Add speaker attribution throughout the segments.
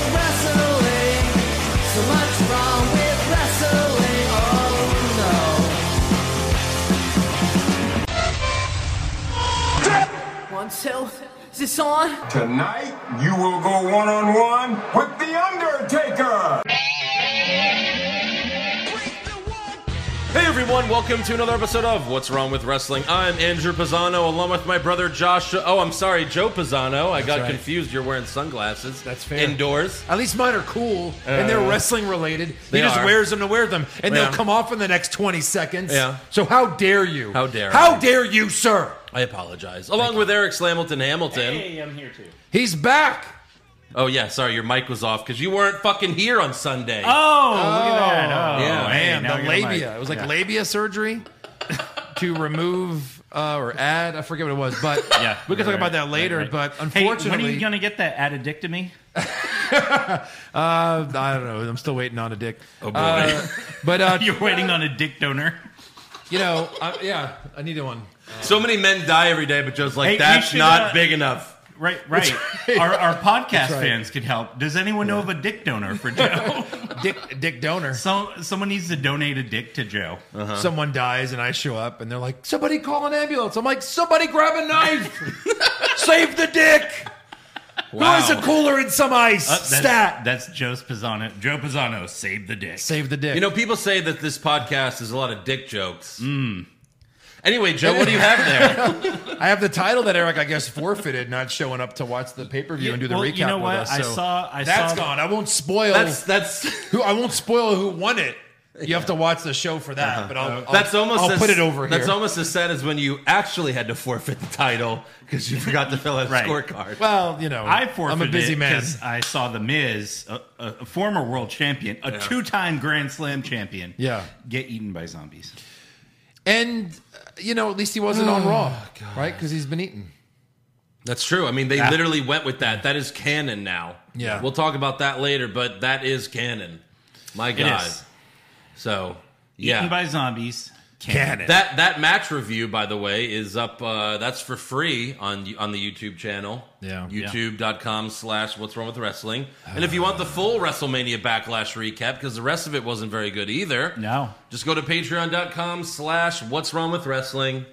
Speaker 1: Oh, So, is this on?
Speaker 2: Tonight, you will go one on one with The Undertaker.
Speaker 3: Hey everyone, welcome to another episode of What's Wrong with Wrestling. I'm Andrew Pisano, along with my brother Josh. Oh, I'm sorry, Joe Pisano. I got
Speaker 4: right.
Speaker 3: confused. You're wearing sunglasses.
Speaker 4: That's fair.
Speaker 3: Indoors.
Speaker 4: At least mine are cool and they're wrestling related.
Speaker 3: they
Speaker 4: he just
Speaker 3: are.
Speaker 4: wears them to wear them, and
Speaker 3: Yeah.
Speaker 4: they'll come off in the next twenty seconds.
Speaker 3: Yeah.
Speaker 4: So how dare you?
Speaker 3: How dare
Speaker 4: How
Speaker 3: I.
Speaker 4: dare you, sir?
Speaker 3: I apologize. Along with Eric Slamilton Hamilton.
Speaker 4: He's back.
Speaker 3: Oh yeah, sorry, your mic was off because you weren't fucking here on Sunday.
Speaker 5: Oh, look at that. Oh, hey,
Speaker 3: Yeah.
Speaker 4: Man,
Speaker 5: now
Speaker 4: the
Speaker 5: you're like-
Speaker 4: labia. it was like
Speaker 5: Yeah.
Speaker 4: labia surgery to remove uh, or add. I forget what it was, but
Speaker 5: Yeah,
Speaker 4: we can
Speaker 5: right,
Speaker 4: talk about that
Speaker 5: right,
Speaker 4: later.
Speaker 5: right, right.
Speaker 4: But
Speaker 5: Hey,
Speaker 4: unfortunately,
Speaker 5: when are you gonna get that addictomy?
Speaker 4: uh, I don't know. I'm still waiting on a dick.
Speaker 3: oh boy.
Speaker 4: Uh, but uh,
Speaker 5: You're waiting on a dick donor.
Speaker 4: you know, uh, yeah, I need one.
Speaker 3: so many men die every day, but Joe's like,
Speaker 5: Hey, we
Speaker 3: that's
Speaker 5: should,
Speaker 3: not
Speaker 5: uh,
Speaker 3: big enough.
Speaker 5: Right, right. Our, our podcast
Speaker 4: right.
Speaker 5: fans could help. Does anyone know of a dick donor for Joe?
Speaker 4: Dick, dick donor.
Speaker 5: so, someone needs to donate a dick to Joe. Uh,
Speaker 4: Someone dies and I show up and they're like, somebody call an ambulance. I'm like, somebody grab a knife. Save the dick. Who is a cooler in some ice?
Speaker 5: Uh, that's,
Speaker 4: Stat.
Speaker 5: That's Joe's Pisano. Joe Pisano, save the dick.
Speaker 4: Save the dick.
Speaker 3: You know, people say that this podcast is a lot of dick jokes.
Speaker 4: Hmm.
Speaker 3: Anyway, Joe, what do you have there?
Speaker 4: I have the title that Eric, I guess, forfeited, not showing up to watch the pay per view and do the
Speaker 5: well,
Speaker 4: recap.
Speaker 5: you know
Speaker 4: with
Speaker 5: what?
Speaker 4: us,
Speaker 5: I
Speaker 4: so
Speaker 5: saw- I
Speaker 4: that's
Speaker 5: saw-
Speaker 4: gone. I won't spoil.
Speaker 3: that's that's
Speaker 4: who I won't spoil who won it. You have to watch the show for that.
Speaker 5: Uh-huh.
Speaker 4: But I'll, I'll-
Speaker 3: that's almost
Speaker 4: I'll
Speaker 3: as,
Speaker 4: put it over here.
Speaker 3: That's almost as sad as when you actually had to forfeit the title because you forgot to fill out a
Speaker 5: Right.
Speaker 3: scorecard.
Speaker 4: well, you know,
Speaker 5: I forfeited
Speaker 4: I'm a busy
Speaker 5: it
Speaker 4: man.
Speaker 5: 'cause I saw The Miz, a, a, a former world champion, a two-time Grand Slam champion,
Speaker 4: Yeah.
Speaker 5: get eaten by zombies.
Speaker 4: And uh, you know, at least he wasn't
Speaker 5: Oh,
Speaker 4: on Raw, right? Because he's been eaten.
Speaker 3: That's true. I mean, they
Speaker 5: Yeah.
Speaker 3: literally went with that. That is canon now.
Speaker 4: Yeah.
Speaker 3: we'll talk about that later, but that is canon. My God.
Speaker 5: is.
Speaker 3: So yeah,
Speaker 5: Eaten by zombies.
Speaker 4: Can it?
Speaker 3: That that match review, by the way, is up. Uh, that's for free on on the YouTube channel.
Speaker 4: Yeah.
Speaker 3: YouTube.com slash What's Wrong with Wrestling. And if you want the full WrestleMania Backlash recap, because the rest of it wasn't very good either,
Speaker 5: No.
Speaker 3: just go to Patreon.com slash What's Wrong with Wrestling.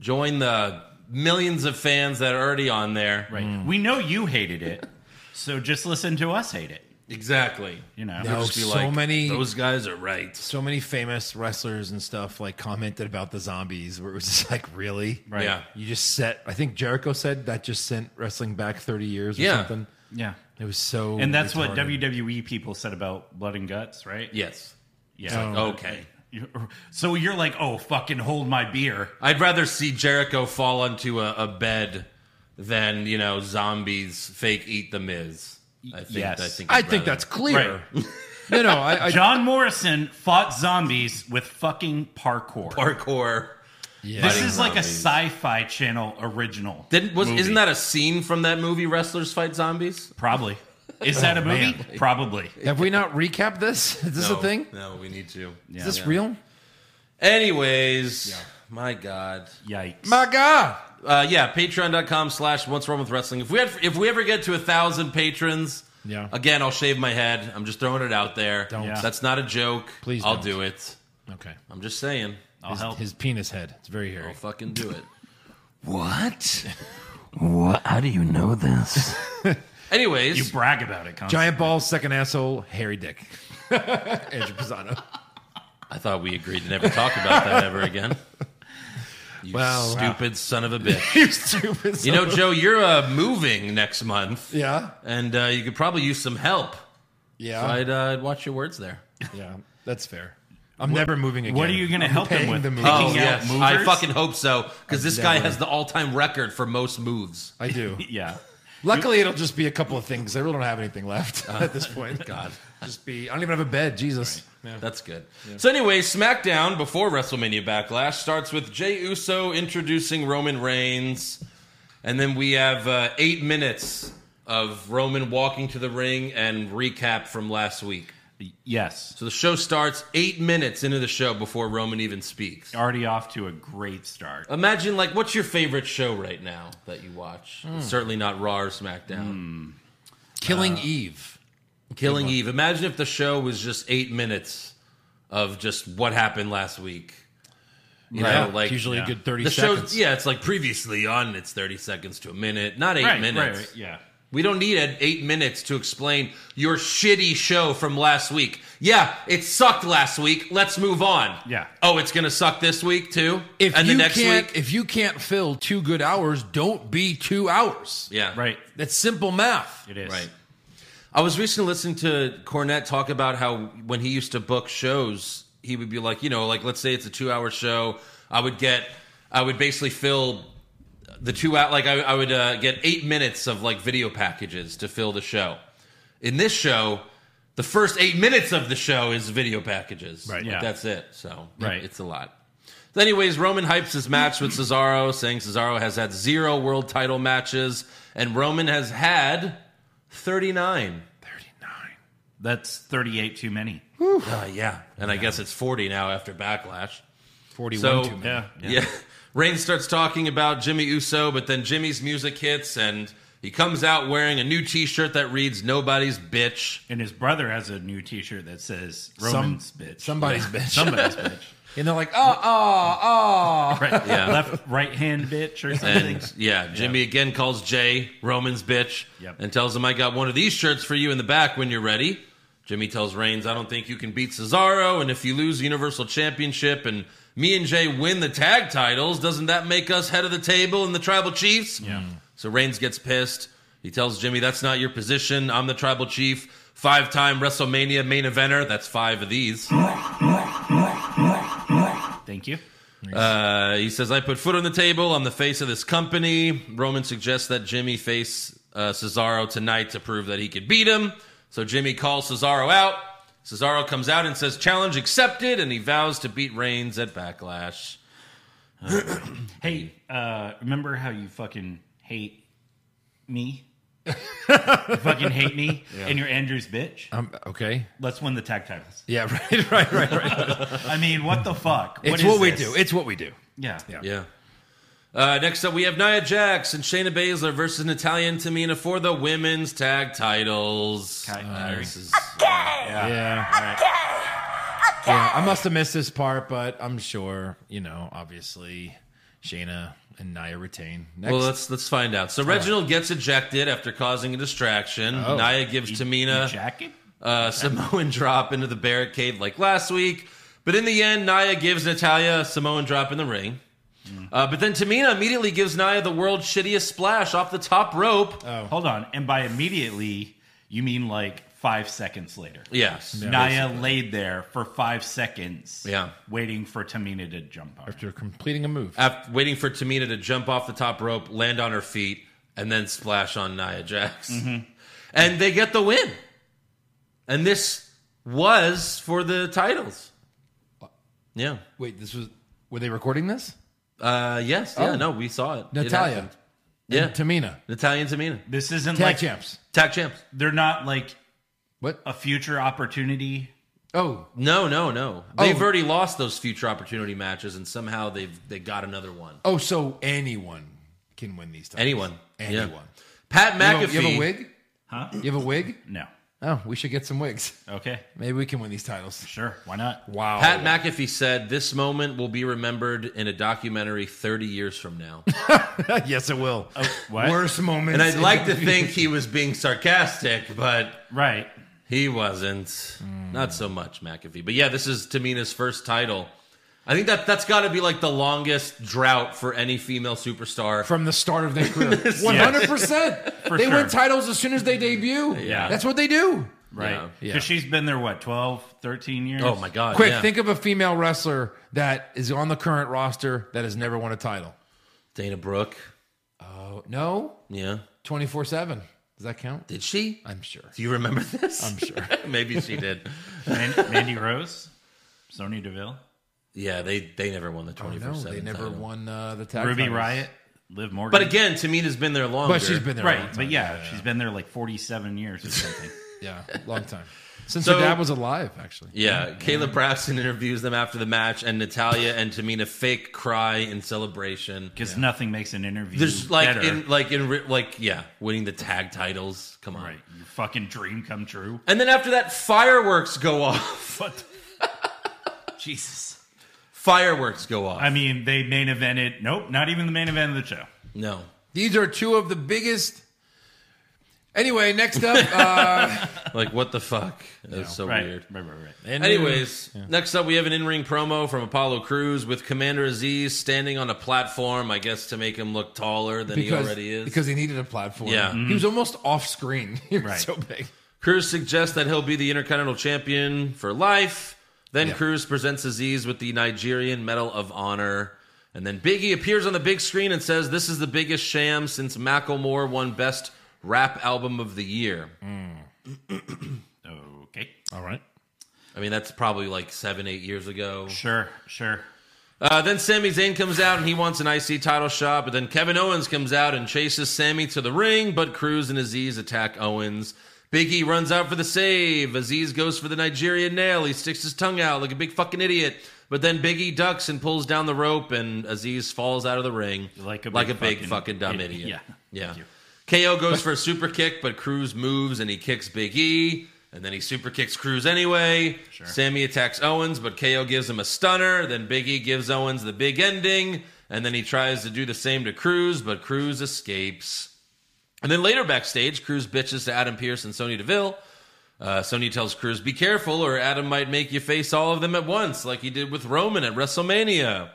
Speaker 3: Join the millions of fans that are already on there.
Speaker 5: Right. We know you hated it, so just listen to us hate it.
Speaker 3: Exactly.
Speaker 5: You know.
Speaker 4: No.
Speaker 3: Just be
Speaker 4: Oh, so
Speaker 3: like,
Speaker 4: many-
Speaker 3: Those guys are right.
Speaker 4: so many famous wrestlers and stuff like commented about the zombies where it was just like really
Speaker 5: Right.
Speaker 3: Yeah.
Speaker 4: you just set i think jericho said that just sent wrestling back 30 years or
Speaker 3: Yeah.
Speaker 4: something
Speaker 5: Yeah.
Speaker 4: it was so
Speaker 5: And that's what
Speaker 4: retarded.
Speaker 5: WWE people said about blood and guts, right?
Speaker 3: Yes.
Speaker 5: Yeah.
Speaker 3: Okay.
Speaker 5: So you're like, oh, fucking hold my beer.
Speaker 3: I'd rather see Jericho fall onto a, a bed than you know zombies fake eat the Miz. I think.
Speaker 5: Yes.
Speaker 3: I think.
Speaker 4: i
Speaker 3: I'd
Speaker 4: think
Speaker 3: rather-
Speaker 4: that's clear no no i, I
Speaker 5: John Morrison fought zombies with fucking parkour.
Speaker 3: parkour.
Speaker 4: yeah.
Speaker 5: this is like a
Speaker 3: Zombies.
Speaker 5: sci-fi channel original.
Speaker 3: Didn't was
Speaker 5: movie.
Speaker 3: isn't that a scene from that movie Wrestlers Fight Zombies?
Speaker 5: probably? Is that a movie?
Speaker 4: man.
Speaker 5: Probably.
Speaker 4: have we not recapped this is this
Speaker 3: no,
Speaker 4: a thing
Speaker 3: No, we need to.
Speaker 4: is this real
Speaker 3: Anyways, my God.
Speaker 5: Yikes.
Speaker 4: my god
Speaker 3: Uh, yeah, patreon.com slash what's wrong with wrestling. If we had, if we ever get to a thousand patrons,
Speaker 4: Yeah.
Speaker 3: again, I'll shave my head. I'm just throwing it out there.
Speaker 4: Don't.
Speaker 5: Yeah.
Speaker 3: That's not a joke.
Speaker 4: Please
Speaker 3: I'll
Speaker 4: don't.
Speaker 3: do it.
Speaker 4: okay
Speaker 3: I'm just saying.
Speaker 5: I'll
Speaker 4: his,
Speaker 5: help. Oh.
Speaker 4: his penis head it's very hairy
Speaker 3: I'll fucking do it.
Speaker 6: What? What? How do you know this?
Speaker 3: Anyways,
Speaker 5: you brag about it, constantly.
Speaker 4: giant balls second asshole hairy dick andrew pisano
Speaker 3: I thought we agreed to never talk about that ever again. You
Speaker 4: Well,
Speaker 3: stupid son of a bitch.
Speaker 4: you stupid
Speaker 3: You know, Joe, you're uh, moving next month,
Speaker 4: yeah
Speaker 3: and uh, you could probably use some help.
Speaker 4: yeah
Speaker 3: I'd, uh, I'd watch your words there.
Speaker 4: yeah that's fair i'm never moving again
Speaker 5: What are you going to help him
Speaker 4: paying
Speaker 5: with?
Speaker 4: the
Speaker 5: Picking
Speaker 4: movers.
Speaker 5: out
Speaker 4: Oh,
Speaker 5: movers?
Speaker 3: I fucking hope so, because this guy
Speaker 4: never-
Speaker 3: has the all-time record for most moves.
Speaker 4: i do
Speaker 5: yeah.
Speaker 4: Luckily, it'll just be a couple of things. I really don't have anything left at this point. Uh-huh. God, just be. I don't even have a bed. Jesus.
Speaker 3: That's good. So anyway, SmackDown before WrestleMania Backlash starts with Jay Uso introducing Roman Reigns, and then we have uh, eight minutes of Roman walking to the ring and recap from last week.
Speaker 5: Yes.
Speaker 3: So the show starts eight minutes into the show before Roman even speaks.
Speaker 5: Already off to a great start.
Speaker 3: Imagine like what's your favorite show right now that you watch? It's certainly not Raw or SmackDown.
Speaker 5: Hmm.
Speaker 3: Uh,
Speaker 4: Killing Eve.
Speaker 3: Killing Eve. Imagine if the show was just eight minutes of just what happened last week. You
Speaker 4: Yeah,
Speaker 3: know, like
Speaker 4: it's usually
Speaker 5: yeah.
Speaker 4: a good thirty
Speaker 3: the show.
Speaker 4: seconds.
Speaker 3: Yeah, it's like previously on. It's thirty seconds to a minute, not eight
Speaker 5: right,
Speaker 3: minutes.
Speaker 5: right, yeah.
Speaker 3: We don't need an eight minutes to explain your shitty show from last week. Yeah, it sucked last week. Let's move on.
Speaker 5: Yeah.
Speaker 3: Oh, it's gonna suck this week too,
Speaker 4: If
Speaker 3: and
Speaker 4: you
Speaker 3: the next
Speaker 4: can't,
Speaker 3: week.
Speaker 4: if you can't fill two good hours, don't be two hours.
Speaker 3: Yeah.
Speaker 5: Right.
Speaker 4: That's simple math.
Speaker 5: It is.
Speaker 3: Right. I was recently listening to Cornette talk about how when he used to book shows, he would be like, you know, like let's say it's a two-hour show, I would get, I would basically fill the two out, like I, I would uh, get eight minutes of like video packages to fill the show. In this show, the first eight minutes of the show is video packages.
Speaker 5: Right.
Speaker 3: Like,
Speaker 5: Yeah.
Speaker 3: That's it. So
Speaker 5: Right.
Speaker 3: it's a lot. So anyways, Roman hypes his match with Cesaro, saying Cesaro has had zero world title matches, and Roman has had 39.
Speaker 5: That's 38 too many.
Speaker 3: Uh, yeah. And I guess it's 40 now after Backlash.
Speaker 4: Forty-one.
Speaker 3: So,
Speaker 4: too many.
Speaker 5: Yeah.
Speaker 3: Yeah. Reigns starts talking about Jimmy Uso, but then Jimmy's music hits and he comes out wearing a new t shirt that reads Nobody's Bitch.
Speaker 5: And his brother has a new t shirt that says Roman's bitch.
Speaker 4: Somebody's bitch.
Speaker 5: Somebody's bitch.
Speaker 4: And they're like, oh, oh, oh.
Speaker 5: Right.
Speaker 3: Yeah.
Speaker 5: Left right hand bitch or something.
Speaker 3: And yeah, Jimmy again calls Jay Roman's bitch
Speaker 5: Yep.
Speaker 3: and tells him, I got one of these shirts for you in the back when you're ready. Jimmy tells Reigns, I don't think you can beat Cesaro. And if you lose the Universal Championship and me and Jay win the tag titles, doesn't that make us head of the table and the tribal chiefs? Yeah. So Reigns gets pissed. He tells Jimmy, That's not your position. I'm the tribal chief. Five time WrestleMania main eventer. That's five of these.
Speaker 5: Thank you.
Speaker 3: Uh, he says, I put foot on the table. I'm the face of this company. Roman suggests that Jimmy face uh, Cesaro tonight to prove that he could beat him. So Jimmy calls Cesaro out. Cesaro comes out and says, Challenge accepted. And he vows to beat Reigns at Backlash.
Speaker 5: Hey, uh, remember how you fucking hate me? you fucking hate me and you're Andrew's bitch?
Speaker 4: Um, okay.
Speaker 5: Let's win the tag titles.
Speaker 4: Yeah, right, right, right, right.
Speaker 5: I mean, what the fuck?
Speaker 4: it's
Speaker 5: is
Speaker 4: what we
Speaker 5: this?
Speaker 4: do. It's what we do.
Speaker 5: yeah.
Speaker 4: Yeah.
Speaker 3: Yeah. Uh, next up, we have Nia Jax and Shayna Baszler versus Natalia and Tamina for the women's tag titles.
Speaker 5: Okay.
Speaker 3: Uh, this is-
Speaker 4: Yeah. Yeah, I must have missed this part, but I'm sure, you know, obviously Shayna and Nia retain. Next.
Speaker 3: Well, uh, let's let's find out. So Reginald gets ejected after causing a distraction.
Speaker 4: Oh.
Speaker 3: Nia gives Tamina
Speaker 5: Jacket?
Speaker 3: uh, Samoan drop into the barricade like last week. But in the end, Naya gives Natalia a Samoan drop in the ring.
Speaker 4: Mm.
Speaker 3: Uh, but then Tamina immediately gives Naya the world's shittiest splash off the top rope.
Speaker 4: Oh.
Speaker 5: Hold on. And by immediately, you mean like five seconds later.
Speaker 3: yes.
Speaker 5: Naya laid there for five seconds,
Speaker 3: Yeah.
Speaker 5: waiting for Tamina to jump on. her.
Speaker 4: After completing a move.
Speaker 3: After waiting for Tamina to jump off the top rope, land on her feet, and then splash on Nia Jax.
Speaker 4: Mm-hmm.
Speaker 3: And they get the win. And this was for the titles. Yeah.
Speaker 4: Wait, this was were they recording this?
Speaker 3: Uh, yes. Yeah.
Speaker 4: Oh.
Speaker 3: No, we saw it. It
Speaker 4: Natalia.
Speaker 3: happened. Yeah.
Speaker 4: Tamina.
Speaker 3: Natalia and Tamina.
Speaker 5: This isn't
Speaker 4: Tag
Speaker 5: like
Speaker 4: champs.
Speaker 3: Tag champs.
Speaker 5: they're not like
Speaker 4: What?
Speaker 5: a future opportunity.
Speaker 4: Oh,
Speaker 3: No, no, no. They've
Speaker 4: Oh.
Speaker 3: already lost those future opportunity matches, and somehow they've they got another one.
Speaker 4: oh, so anyone can win these titles.
Speaker 3: Anyone.
Speaker 4: Anyone.
Speaker 3: Pat
Speaker 4: You have-
Speaker 3: McAfee.
Speaker 4: You have a wig?
Speaker 5: Huh?
Speaker 4: You have a wig?
Speaker 5: No.
Speaker 4: Oh, we should get some wigs.
Speaker 5: Okay.
Speaker 4: Maybe we can win these titles.
Speaker 5: Sure. Why not?
Speaker 4: Wow.
Speaker 3: Pat McAfee said, "This moment will be remembered in a documentary 30 years from now."
Speaker 4: yes, it will.
Speaker 5: what?
Speaker 4: Worst moments.
Speaker 3: Oh, And I'd
Speaker 4: in
Speaker 3: like to
Speaker 4: WWE.
Speaker 3: think he was being sarcastic, but
Speaker 5: Right.
Speaker 3: he wasn't.
Speaker 4: Hmm.
Speaker 3: Not so much McAfee. But yeah, this is Tamina's first title. I think that that's got to be like the longest drought for any female superstar.
Speaker 4: from the start of their career. One hundred percent. They
Speaker 5: sure.
Speaker 4: win titles as soon as they debut.
Speaker 3: Yeah.
Speaker 4: that's what they do.
Speaker 5: Right. Because
Speaker 4: Yeah. Yeah.
Speaker 5: she's been there, what, 12, 13 years?
Speaker 3: oh my god!
Speaker 4: Quick,
Speaker 3: yeah.
Speaker 4: think of a female wrestler that is on the current roster that has never won a title.
Speaker 3: Dana Brooke.
Speaker 4: Oh, no,
Speaker 3: Yeah,
Speaker 4: twenty four seven. Does that count?
Speaker 3: did she?
Speaker 4: I'm sure.
Speaker 3: Do you remember this?
Speaker 4: I'm sure.
Speaker 3: Maybe she did.
Speaker 5: Man- Mandy Rose? Sonya Deville?
Speaker 3: Yeah, they they never won the twenty
Speaker 4: Oh, No,
Speaker 3: four seven.
Speaker 4: they never won uh, the tag.
Speaker 5: Ruby
Speaker 4: titles.
Speaker 5: Riot? Liv Morgan?
Speaker 3: But again, Tamina's been there longer.
Speaker 4: but she's been there. a long
Speaker 5: Right.
Speaker 4: time.
Speaker 5: But yeah, she's been there like 47 years or something.
Speaker 4: yeah, long time since
Speaker 3: So-
Speaker 4: her dad was alive. Actually,
Speaker 3: Yeah, Caleb Braxton interviews them after the match, and Natalia and Tamina fake cry in celebration.
Speaker 5: Because nothing makes an interview
Speaker 3: There's like
Speaker 5: better.
Speaker 3: in like in re- like yeah, winning the tag titles. Come on.
Speaker 5: right. Your fucking dream come true.
Speaker 3: And then after that, fireworks go off.
Speaker 5: But Jesus.
Speaker 3: Fireworks go off.
Speaker 5: I mean, they main evented. Nope, not even the main event of the show.
Speaker 3: no.
Speaker 4: These are two of the biggest. Anyway, next up, uh,
Speaker 3: Like, what the fuck? That's so
Speaker 5: right,
Speaker 3: weird.
Speaker 5: Right, right, right.
Speaker 3: Anyways, next up we have an in-ring promo from Apollo Crews with Commander Aziz standing on a platform, I guess to make him look taller than he
Speaker 4: because,
Speaker 3: already is.
Speaker 4: because he needed a platform.
Speaker 3: Yeah.
Speaker 4: he was almost off screen. He was
Speaker 5: Right.
Speaker 4: so big.
Speaker 3: Cruz suggests that he'll be the Intercontinental Champion for life. Then
Speaker 4: Yeah.
Speaker 3: Cruz presents Aziz with the Nigerian Medal of Honor. And then Biggie appears on the big screen and says, This is the biggest sham since Macklemore won Best Rap Album of the Year.
Speaker 5: Okay.
Speaker 4: All right.
Speaker 3: I mean, that's probably like seven, eight years ago.
Speaker 5: Sure, sure.
Speaker 3: Uh, then Sami Zayn comes out and he wants an IC title shot, but then Kevin Owens comes out and chases Sammy to the ring, but Cruz and Aziz attack Owens. Big E runs out for the save. Aziz goes for the Nigerian nail. He sticks his tongue out like a big fucking idiot. But then Big E ducks and pulls down the rope, and Aziz falls out of the ring
Speaker 5: Like a big
Speaker 3: big
Speaker 5: fucking
Speaker 3: fucking dumb
Speaker 5: idiot.
Speaker 3: idiot.
Speaker 5: Yeah.
Speaker 3: Yeah.
Speaker 5: Thank you.
Speaker 3: KO goes for a super kick, but Cruz moves and he kicks Big E, and then he super kicks Cruz anyway. Sammy attacks Owens, but KO gives him a stunner. Then Big E gives Owens the big ending, and then he tries to do the same to Cruz, but Cruz escapes. And then later backstage, Cruz bitches to Adam Pierce and Sonya Deville. Uh, Sonya tells Cruz, "Be careful, or Adam might make you face all of them at once, like he did with Roman at WrestleMania."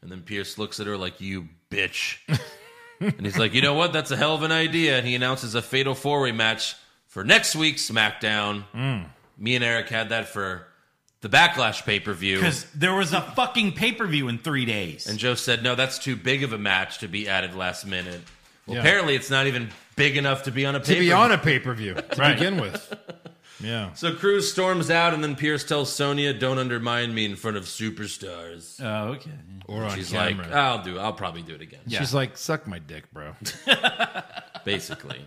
Speaker 3: And then Pierce looks at her like, "You bitch." And he's like, you know what? That's a hell of an idea. And he announces a fatal four way match for next week's SmackDown.
Speaker 4: Hmm.
Speaker 3: Me and Eric had that for the Backlash pay per view.
Speaker 5: Because there was a fucking pay per view in three days.
Speaker 3: And Joe said, no, that's too big of a match to be added last minute. Well,
Speaker 4: Yeah.
Speaker 3: apparently it's not even big enough to be on a pay
Speaker 4: To
Speaker 3: per
Speaker 4: be
Speaker 3: view.
Speaker 4: on a pay per view to
Speaker 5: Right.
Speaker 4: begin with. Yeah.
Speaker 3: so Cruz storms out, and then Pierce tells Sonya, don't undermine me in front of superstars.
Speaker 5: oh, okay.
Speaker 4: Or on
Speaker 3: She's
Speaker 4: camera.
Speaker 3: like, uh, I'll do I'll probably do it again.
Speaker 4: She's like, suck my dick, bro.
Speaker 3: basically.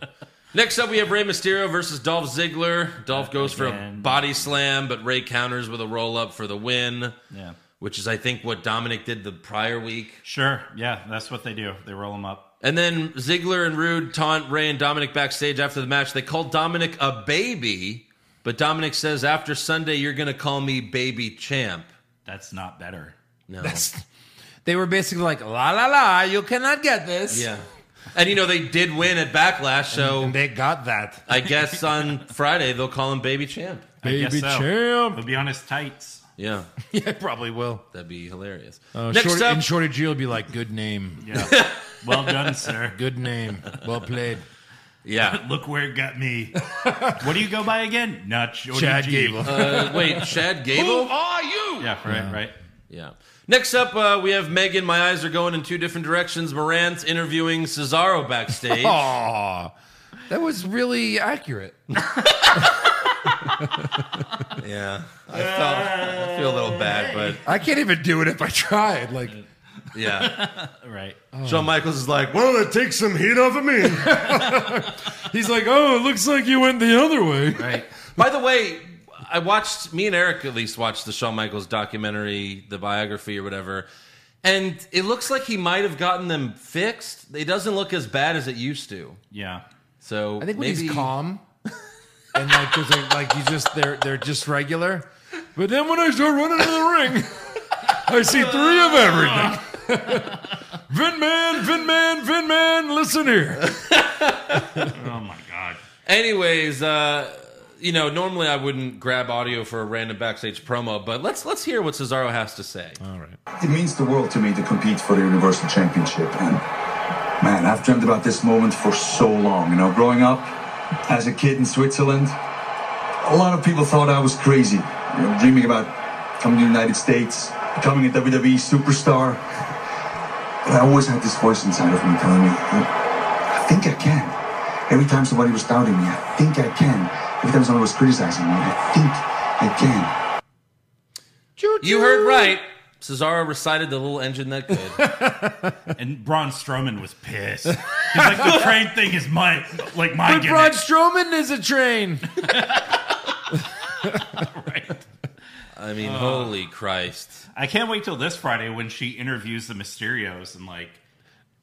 Speaker 3: Next up, we have Rey Mysterio versus Dolph Ziggler. Dolph goes for a
Speaker 5: Again.
Speaker 3: body slam, but Rey counters with a roll up for the win,
Speaker 5: Yeah.
Speaker 3: which is, I think, what Dominic did the prior week.
Speaker 5: Sure. Yeah, that's what they do. They roll them up.
Speaker 3: And then Ziggler and Rude taunt Rey and Dominic backstage after the match. They call Dominic a baby, but Dominic says, After Sunday, you're going to call me baby champ.
Speaker 5: That's not better.
Speaker 3: No.
Speaker 4: They were basically like, la la la, you cannot get this.
Speaker 3: yeah. And, you know, they did win at Backlash, so
Speaker 4: And they got that.
Speaker 3: I guess on Friday they'll call him baby champ.
Speaker 5: I guess
Speaker 4: Baby
Speaker 5: so.
Speaker 4: champ.
Speaker 5: He'll be on his tights.
Speaker 3: Yeah.
Speaker 4: Yeah, probably will.
Speaker 3: That'd be hilarious.
Speaker 4: Uh,
Speaker 3: Next
Speaker 4: Shorty,
Speaker 3: up,
Speaker 4: and Shorty G will be like, good name,
Speaker 5: Yeah. well done, sir.
Speaker 4: good name, well played.
Speaker 3: yeah.
Speaker 5: Look where it got me. what do you go by again? Not Shorty
Speaker 4: Chad
Speaker 5: G.
Speaker 4: Gable.
Speaker 3: Uh, wait, Shad Gable.
Speaker 5: Yeah, right, right.
Speaker 3: Yeah. Next up, uh, we have Megan. My eyes are going in two different directions. Moran's interviewing Cesaro backstage.
Speaker 4: Aw, that was really accurate.
Speaker 3: Yeah, I felt I feel a little bad, but
Speaker 4: I can't even do it if I tried. Like,
Speaker 3: yeah.
Speaker 5: Right.
Speaker 3: Shawn Michaels is like,
Speaker 2: Well, it takes some heat off of me.
Speaker 4: he's like, oh, it looks like you went the other way.
Speaker 5: Right.
Speaker 3: By the way, I watched me and Eric at least watched the Shawn Michaels documentary, the biography or whatever, and it looks like he might have gotten them fixed. It doesn't look as bad as it used to.
Speaker 5: Yeah.
Speaker 3: So
Speaker 4: I think when
Speaker 3: maybe
Speaker 4: he's calm and like, cause they're, like you just they're they're just regular. But then when I start running to the ring, I see three of everything. Vin Man, Vin Man, Vin Man, listen here.
Speaker 5: Oh my God.
Speaker 3: Anyways, uh, you know, normally I wouldn't grab audio for a random backstage promo, but let's let's hear what Cesaro has to say.
Speaker 4: All right.
Speaker 1: It means the world to me to compete for the Universal Championship. And man, I've dreamt about this moment for so long. You know, growing up as a kid in Switzerland, a lot of people thought I was crazy. You know, dreaming about coming to the United States, becoming a WWE superstar. But I always had this voice inside of me telling me, I think I can. Every time somebody was doubting me, I think I can. Every time somebody was criticizing me, I think I can.
Speaker 3: You heard right. Cesaro recited the little engine that could.
Speaker 5: And Braun Strowman was pissed. He's like, the train thing is my, like my
Speaker 4: But Braun
Speaker 5: gimmick.
Speaker 4: Strowman is a train.
Speaker 3: I
Speaker 4: Ah.
Speaker 3: mean, holy Christ!
Speaker 5: I can't wait till this Friday when she interviews the Mysterios and like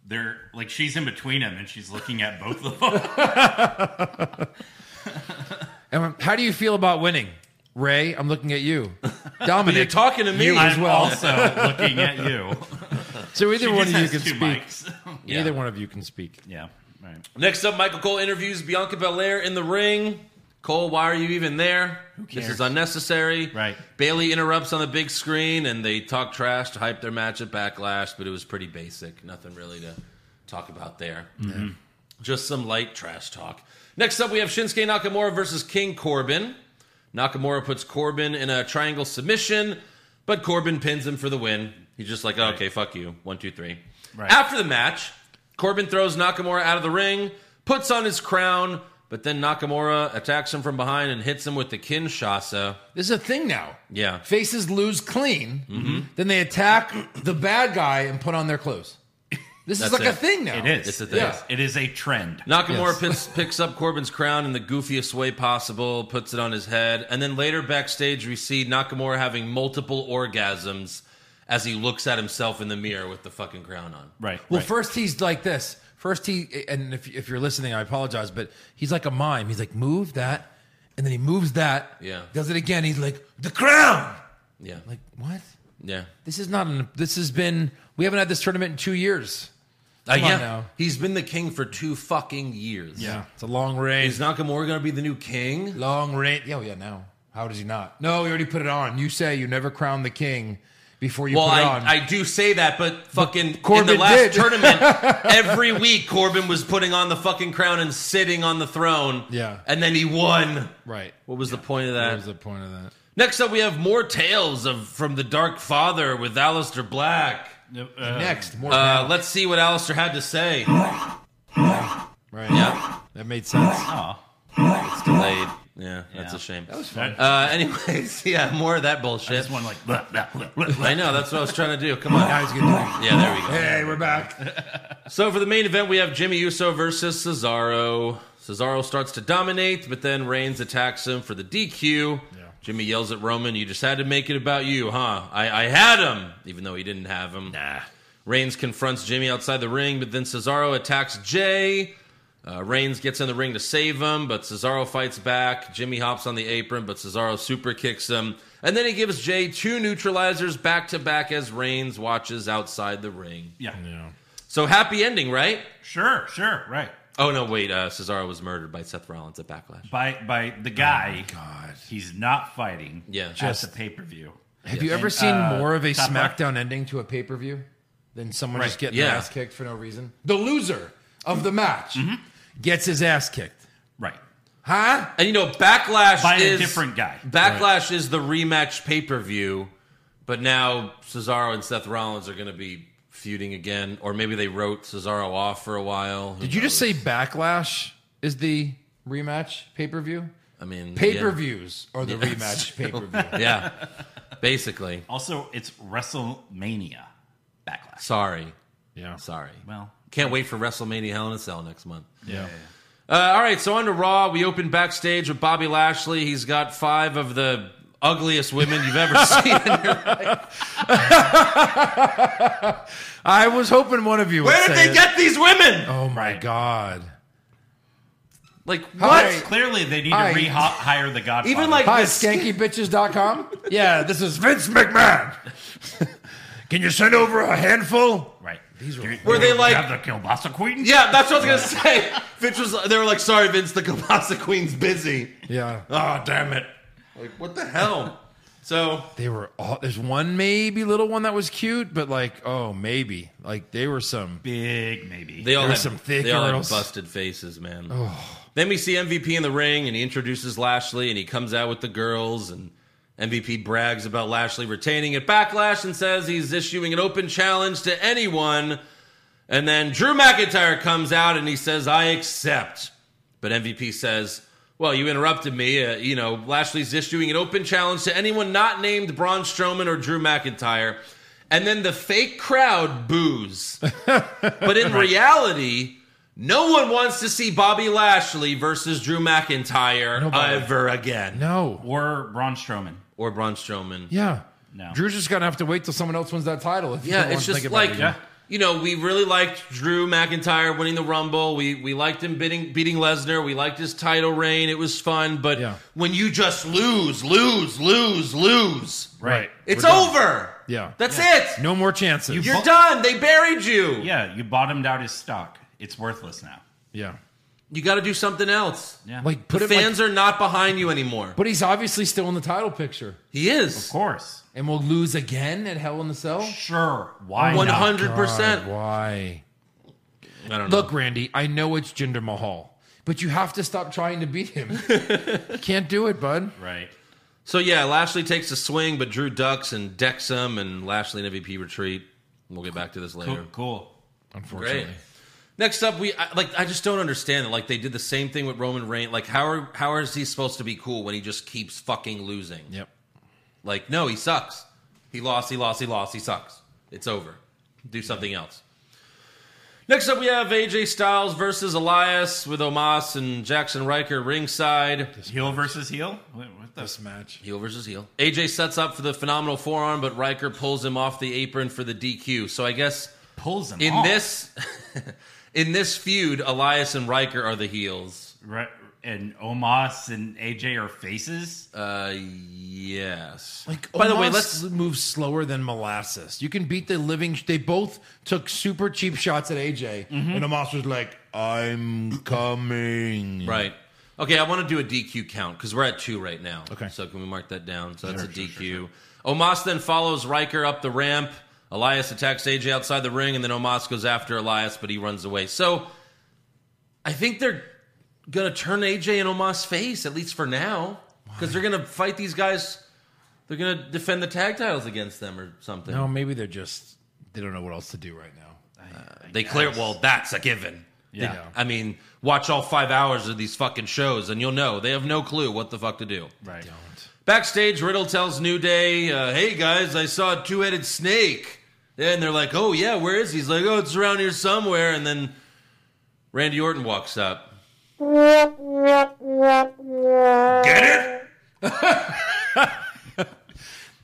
Speaker 5: they're like she's in between them and she's looking at both of them.
Speaker 4: And how do you feel about winning? Ray, I'm looking at you. Dominic,
Speaker 3: You're talking to me.
Speaker 4: as
Speaker 5: I'm
Speaker 4: well.
Speaker 5: also looking at you.
Speaker 4: so either
Speaker 5: She
Speaker 4: one
Speaker 5: just
Speaker 4: of you
Speaker 5: has
Speaker 4: can
Speaker 5: two
Speaker 4: speak.
Speaker 5: mics.
Speaker 3: Yeah.
Speaker 4: Either one of you can speak.
Speaker 5: yeah. Right.
Speaker 3: Next up, Michael Cole interviews Bianca Belair in the ring. Cole, why are you even there? This is unnecessary.
Speaker 5: Right.
Speaker 3: Bailey interrupts on the big screen, and they talk trash to hype their match at Backlash, but it was pretty basic. Nothing really to talk about there. Just some light trash talk. Next up, we have Shinsuke Nakamura versus King Corbin. Nakamura puts Corbin in a triangle submission, but Corbin pins him for the win. He's just like, okay, fuck you. One, two, three.
Speaker 5: Right.
Speaker 3: After the match, Corbin throws Nakamura out of the ring, puts on his crown, but then Nakamura attacks him from behind and hits him with the Kinshasa.
Speaker 4: This is a thing now.
Speaker 3: Yeah. Mm-hmm.
Speaker 4: Faces lose clean, then they attack the bad guy and put on their clothes. This is
Speaker 3: That's
Speaker 4: like
Speaker 3: it.
Speaker 4: a thing now.
Speaker 5: It is.
Speaker 3: It's a thing.
Speaker 5: Yes, It is a trend.
Speaker 3: Nakamura
Speaker 4: Yes.
Speaker 3: picks, picks up Corbin's crown in the goofiest way possible, puts it on his head, and then later backstage we see Nakamura having multiple orgasms as he looks at himself in the mirror with the fucking crown on.
Speaker 5: Right.
Speaker 4: Well,
Speaker 5: right.
Speaker 4: first he's like this. First he, and if, if you're listening, I apologize, but he's like a mime. He's like, move that, and then he moves that.
Speaker 3: Yeah.
Speaker 4: Does it again. He's like, the crown.
Speaker 3: Yeah.
Speaker 4: Like what?
Speaker 3: yeah.
Speaker 4: This is not an. This has been. We haven't had this tournament in two years.
Speaker 3: Uh,
Speaker 4: on
Speaker 3: yeah.
Speaker 4: now.
Speaker 3: He's been the king for two fucking years.
Speaker 4: It's a long reign.
Speaker 3: Is Nakamura going to be the new king?
Speaker 4: Long reign. Yeah, yeah. Now, how does he not? No, he already put it on. You say you never crowned the king before you
Speaker 3: Well,
Speaker 4: put it
Speaker 3: I,
Speaker 4: on.
Speaker 3: I do say that, but fucking in the
Speaker 4: Corbin
Speaker 3: last
Speaker 4: did.
Speaker 3: tournament, every week Corbin was putting on the fucking crown and sitting on the throne.
Speaker 4: Yeah.
Speaker 3: And then he won.
Speaker 4: right.
Speaker 3: What was the point of that?
Speaker 4: What was the point of that?
Speaker 3: Next up, we have more tales of from the Dark Father with Alistair Black.
Speaker 5: Uh,
Speaker 4: Next, more.
Speaker 3: Uh,
Speaker 4: now.
Speaker 3: let's see what Alistair had to say.
Speaker 4: right.
Speaker 3: Yeah,
Speaker 4: That made sense.
Speaker 5: aw.
Speaker 3: delayed. Yeah, that's
Speaker 5: Yeah.
Speaker 3: a shame.
Speaker 5: fun.
Speaker 3: Uh, anyways, yeah, more of that bullshit. I,
Speaker 5: This one, like, blah, blah, blah, blah, blah.
Speaker 3: know that's what I was trying to do. Come on.
Speaker 4: Now he's gonna
Speaker 3: Yeah, there we
Speaker 4: do
Speaker 3: go.
Speaker 4: it. Hey, we're back.
Speaker 3: So for the main event, we have Jimmy Uso versus Cesaro. Cesaro starts to dominate, but then Reigns attacks him for the DQ. Jimmy yells at Roman, "You just had to make it about you, huh? I, I had him, even though he didn't have him." Nah. Reigns confronts Jimmy outside the ring, but then Cesaro attacks Jay. Uh, Reigns gets in the ring to save him, but Cesaro fights back. Jimmy hops on the apron, but Cesaro super kicks him, and then he gives Jay two neutralizers back to back as Reigns watches outside the ring.
Speaker 5: Yeah.
Speaker 3: So happy ending, right?
Speaker 5: Sure, sure, right.
Speaker 3: Oh no, wait. Uh, Cesaro was murdered by Seth Rollins at Backlash.
Speaker 5: By by the
Speaker 3: Oh
Speaker 5: guy, he's not fighting.
Speaker 3: Yeah.
Speaker 5: at
Speaker 3: Just-
Speaker 5: the pay per view.
Speaker 4: Have you ever seen
Speaker 3: uh,
Speaker 4: more of a
Speaker 5: top left.
Speaker 4: SmackDown ending to a pay per view than someone just getting
Speaker 3: yeah.
Speaker 4: their ass kicked for no reason? The loser of the match
Speaker 3: Mm-hmm.
Speaker 4: gets his ass kicked.
Speaker 5: Right.
Speaker 4: Huh?
Speaker 3: And you know, Backlash
Speaker 5: By
Speaker 3: is
Speaker 5: a different guy.
Speaker 3: Backlash is the rematch pay per view, but now Cesaro and Seth Rollins are going to be feuding again, or maybe they wrote Cesaro off for a while. Who
Speaker 4: Did you just
Speaker 3: knows?
Speaker 4: say Backlash is the rematch pay per view?
Speaker 3: I mean,
Speaker 4: Pay per views are the rematch pay per view.
Speaker 3: Yeah, yeah. basically.
Speaker 5: Also, it's WrestleMania backlash.
Speaker 3: Sorry,
Speaker 4: Yeah.
Speaker 3: sorry.
Speaker 5: Well,
Speaker 3: Can't wait for WrestleMania Hell in a Cell next month.
Speaker 4: Yeah.
Speaker 3: Uh, all right, so on to Raw, we open backstage with Bobby Lashley. He's got five of the ugliest women you've ever seen. in your-
Speaker 4: I was hoping one of you would
Speaker 3: Where did
Speaker 4: say
Speaker 3: they
Speaker 4: it.
Speaker 3: get these women?
Speaker 4: Oh my god.
Speaker 3: Like
Speaker 4: Hi.
Speaker 3: what?
Speaker 5: clearly they need
Speaker 4: I-
Speaker 5: to rehire the Godfather.
Speaker 3: Even like
Speaker 4: Hi,
Speaker 3: this.
Speaker 4: skankybitches.com. yeah, this is Vince McMahon. Can you send over a handful?
Speaker 5: right.
Speaker 3: Were they like?
Speaker 5: have the Kilbasa Queen?
Speaker 3: Yeah, that's what I was gonna say. Vince was. They were like, "Sorry, Vince, the Kabasa Queen's busy."
Speaker 4: Yeah.
Speaker 3: Oh, damn it! Like, what the hell? So
Speaker 4: They were all there's one maybe little one that was cute, but like, oh maybe. Like they were some
Speaker 5: Big maybe.
Speaker 3: they all
Speaker 4: There were
Speaker 3: had
Speaker 4: some thick
Speaker 3: they all had
Speaker 4: girls. Oh.
Speaker 3: busted faces, man. Then we see MVP in the ring, and he introduces Lashley, and he comes out with the girls, and MVP brags about Lashley retaining at Backlash, and says he's issuing an open challenge to anyone. And then Drew McIntyre comes out and he says, I accept. But MVP says, Well, you interrupted me. Uh, you know, Lashley's issuing an open challenge to anyone not named Braun Strowman or Drew McIntyre. And then the fake crowd boos. but in reality, no one wants to see Bobby Lashley versus Drew McIntyre
Speaker 4: Nobody.
Speaker 3: ever again.
Speaker 4: No.
Speaker 5: or Braun Strowman.
Speaker 3: Or Braun Strowman.
Speaker 4: Yeah.
Speaker 5: No.
Speaker 4: Drew's just gonna have to wait till someone else wins that title. If you
Speaker 3: Yeah,
Speaker 4: don't
Speaker 3: it's
Speaker 4: wanna
Speaker 3: just
Speaker 4: think about
Speaker 3: like
Speaker 4: it.
Speaker 5: Yeah.
Speaker 3: you know, we really liked Drew McIntyre winning the Rumble. We we liked him beating beating Lesnar. We liked his title reign. It was fun. But
Speaker 4: Yeah.
Speaker 3: when you just lose, lose, lose, lose,
Speaker 4: Right.
Speaker 3: it's
Speaker 4: We're done.
Speaker 3: over.
Speaker 4: Yeah.
Speaker 3: uh, That's it.
Speaker 4: No more chances.
Speaker 3: You're done. They buried you.
Speaker 5: Yeah, you bottomed out his stock. It's worthless now.
Speaker 4: yeah.
Speaker 3: You got to do something else.
Speaker 5: Yeah,
Speaker 4: Like put
Speaker 3: the
Speaker 4: it like-
Speaker 3: fans are not behind you anymore.
Speaker 4: but he's obviously still in the title picture,
Speaker 3: He is
Speaker 5: of course.
Speaker 4: and we'll lose again at Hell in the Cell.
Speaker 5: Sure. Why
Speaker 3: one
Speaker 5: not?
Speaker 3: hundred percent.
Speaker 4: Oh, God, why?
Speaker 3: I don't know.
Speaker 4: Look, Randy, I know it's Jinder Mahal, but you have to stop trying to beat him. you can't do it, bud.
Speaker 5: Right.
Speaker 3: So yeah, Lashley takes a swing, but Drew ducks and decks him, and Lashley and MVP retreat. We'll get back to this later.
Speaker 5: Cool. cool.
Speaker 4: Unfortunately.
Speaker 3: Great. Next up, we I, like I just don't understand it. Like they did the same thing with Roman Reigns. Like how are, how is he supposed to be cool when he just keeps fucking losing?
Speaker 4: Yep.
Speaker 3: Like no, he sucks. He lost. He lost. He lost. He sucks. It's over. Do something else. Next up, we have AJ Styles versus Elias with Omos and Jackson Riker ringside.
Speaker 5: Heel versus heel. What, what the?
Speaker 4: match.
Speaker 3: Heel versus heel. AJ sets up for the phenomenal forearm, but Riker pulls him off the apron for the DQ. So I guess
Speaker 5: Pulls him
Speaker 3: in
Speaker 5: off.
Speaker 3: this in this feud, Elias and Riker are the heels.
Speaker 5: Right, and Omos and AJ are faces.
Speaker 3: Uh, yes.
Speaker 4: Like,
Speaker 3: By the way, let's
Speaker 4: move slower than molasses. You can beat the living. They both took super cheap shots at AJ,
Speaker 3: Mm-hmm.
Speaker 4: and Amos was like, "I'm coming."
Speaker 3: right. Okay, I want to do a DQ count because we're at two right now.
Speaker 4: Okay.
Speaker 3: So can we mark that down? So that's a DQ. Omos then follows Riker up the ramp. Elias attacks AJ outside the ring, and then Omos goes after Elias, but he runs away. So I think they're gonna turn AJ and Omos face at least for now because they're gonna fight these guys. They're gonna defend the tag titles against them or something.
Speaker 4: No, maybe they're just they don't know what else to do right now.
Speaker 3: They clear. Well, that's a given.
Speaker 5: Yeah.
Speaker 4: Yeah.
Speaker 3: I mean, watch all five hours of these fucking shows, and you'll know they have no clue what the fuck to do.
Speaker 5: Right.
Speaker 3: Backstage, Riddle tells New Day, uh, "Hey guys, I saw a two-headed snake," and they're like, "Oh yeah, where is he?" He's like, "Oh, it's around here somewhere." And then Randy Orton walks up.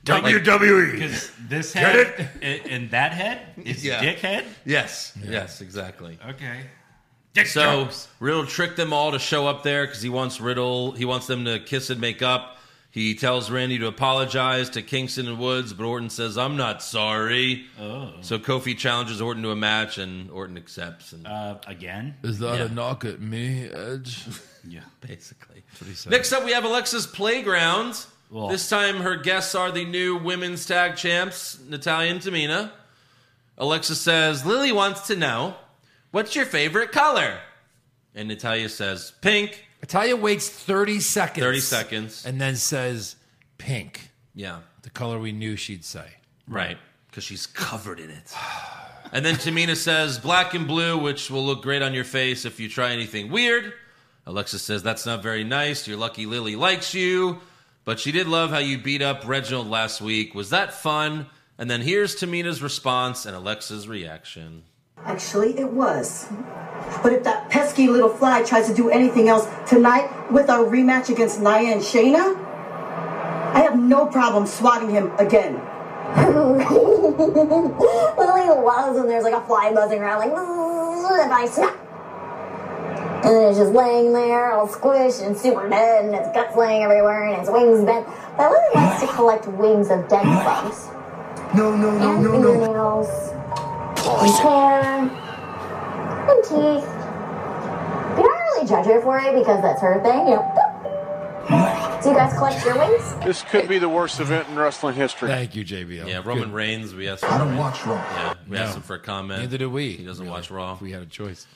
Speaker 4: WWE.
Speaker 5: Because this head a- and that head is
Speaker 3: Yeah.
Speaker 5: dick head.
Speaker 3: Yes, yes, exactly.
Speaker 5: Okay.
Speaker 3: so Riddle tricked them all to show up there because he wants Riddle. He wants them to kiss and make up. He tells Randy to apologize to Kingston and Woods, but Orton says, "I'm not sorry."
Speaker 5: Oh.
Speaker 3: So Kofi challenges Orton to a match, and Orton accepts. And
Speaker 5: Uh, again.
Speaker 4: Is that
Speaker 3: Yeah.
Speaker 4: a knock at me, Edge?
Speaker 5: Yeah.
Speaker 3: basically,
Speaker 4: What he said.
Speaker 3: next up we have Alexa's Playground.
Speaker 5: Well.
Speaker 3: This time, her guests are the new women's tag champs, Natalia and Tamina. Alexa says, "Lily wants to know, what's your favorite color?" And Natalia says, "Pink."
Speaker 4: Natalia waits 30 seconds.
Speaker 3: 30 seconds.
Speaker 4: And then says pink,
Speaker 3: Yeah.
Speaker 4: the color we knew she'd say.
Speaker 3: Right. Because she's covered in it. and then Tamina says, black and blue, which will look great on your face if you try anything weird. Alexa says, that's not very nice. Your lucky Lily likes you. But she did love how you beat up Reginald last week. Was that fun? And then here's Tamina's response and Alexa's reaction.
Speaker 7: Actually, it was. But if that pesky little fly tries to do anything else tonight with our rematch against Nia and Shayna, I have no problem swatting him again.
Speaker 8: Lily loves when there's like a fly buzzing around, like, "Zzz," and I snap. And then it's just laying there, all squished and super dead, and its guts laying everywhere, and its wings bent. But Lily likes to collect wings of dead bugs. No, no, no, and no, fingernails, and hair, and teeth. You don't really judge her for it because that's her thing, you know. boop. Do you guys collect your wings?
Speaker 9: This could be the worst event in wrestling history.
Speaker 4: Thank you, JBL.
Speaker 3: Yeah, Roman
Speaker 4: Good.
Speaker 3: Reigns, we asked
Speaker 1: I
Speaker 3: him,
Speaker 1: don't watch Raw.
Speaker 3: we
Speaker 4: No.
Speaker 3: asked him for a comment.
Speaker 4: Neither do we.
Speaker 3: He doesn't
Speaker 4: really,
Speaker 3: watch Raw.
Speaker 4: If we had a choice.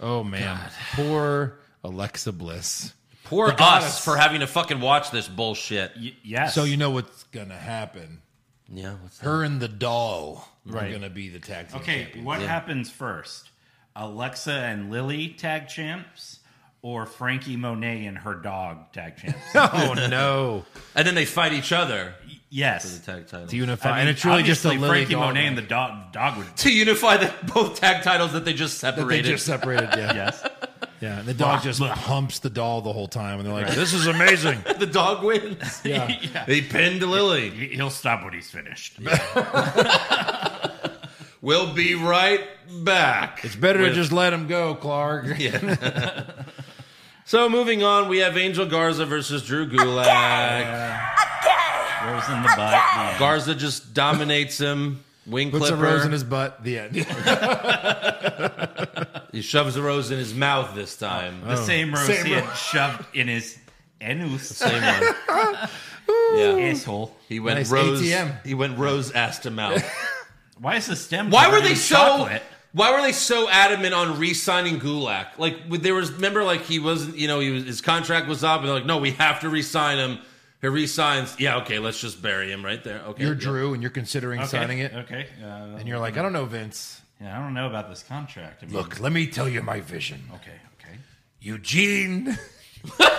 Speaker 4: Oh, man. Poor Alexa Bliss.
Speaker 3: Poor
Speaker 4: The goddess.
Speaker 3: us for having to fucking watch this bullshit.
Speaker 5: Y- yes.
Speaker 4: So you know what's going to happen.
Speaker 3: Yeah, what's that?
Speaker 4: Her and the doll are
Speaker 5: Right.
Speaker 4: going to be the tag team
Speaker 5: Okay.
Speaker 4: champions.
Speaker 5: What happens first? Alexa and Lily tag champs, or Frankie Monet and her dog tag champs?
Speaker 4: Oh, no.
Speaker 3: And then they fight each other for
Speaker 5: yes.
Speaker 3: the tag title.
Speaker 4: To unify.
Speaker 5: I mean,
Speaker 4: and it's really just a
Speaker 5: obviously
Speaker 4: Lily
Speaker 5: Frankie
Speaker 4: doll
Speaker 5: Monet and the
Speaker 4: match
Speaker 5: dog. Dog would.
Speaker 3: to unify the both tag titles that they just
Speaker 4: that They
Speaker 3: separated.
Speaker 4: just separated, yeah. yeah.
Speaker 5: Yes.
Speaker 4: And the dog just humps the doll the whole time. And they're like, this is amazing.
Speaker 3: the dog wins.
Speaker 4: Yeah.
Speaker 3: They pinned Lily.
Speaker 5: He- He'll stop when he's finished.
Speaker 3: We'll be right back.
Speaker 4: It's better
Speaker 3: with-
Speaker 4: to just let him go, Clark.
Speaker 3: So moving on, we have Angel Garza versus Drew Gulak.
Speaker 5: Rose in the butt. Yeah.
Speaker 3: Garza just dominates him. Wing
Speaker 4: Puts
Speaker 3: clipper.
Speaker 4: a rose in his butt. The end.
Speaker 3: he shoves a rose in his mouth this time.
Speaker 4: Uh-huh.
Speaker 5: The same rose
Speaker 4: Same
Speaker 5: he had
Speaker 4: rose.
Speaker 5: shoved in his anus.
Speaker 3: Same one. yeah.
Speaker 5: Asshole.
Speaker 3: He went
Speaker 4: Nice
Speaker 3: rose.
Speaker 4: ATM.
Speaker 3: He went rose ass to mouth.
Speaker 5: Why is the stem?
Speaker 3: Why
Speaker 5: covered
Speaker 3: were they
Speaker 5: in
Speaker 3: so?
Speaker 5: chocolate?
Speaker 3: Why were they so adamant on re-signing Gulak? Like with- there was, remember, like he wasn't. You know, he was, his contract was up, and they're like, no, we have to re-sign him. He re-signs. Yeah, okay, let's just bury him right there. Okay,
Speaker 4: You're
Speaker 3: yeah.
Speaker 4: Drew, and you're considering
Speaker 5: Okay,
Speaker 4: signing it,
Speaker 5: Okay. Uh,
Speaker 4: and you're like, I don't know, Vince.
Speaker 5: yeah, I don't know about this contract. I mean,
Speaker 4: Look, let me tell you my vision.
Speaker 5: Okay. Okay.
Speaker 4: Eugene.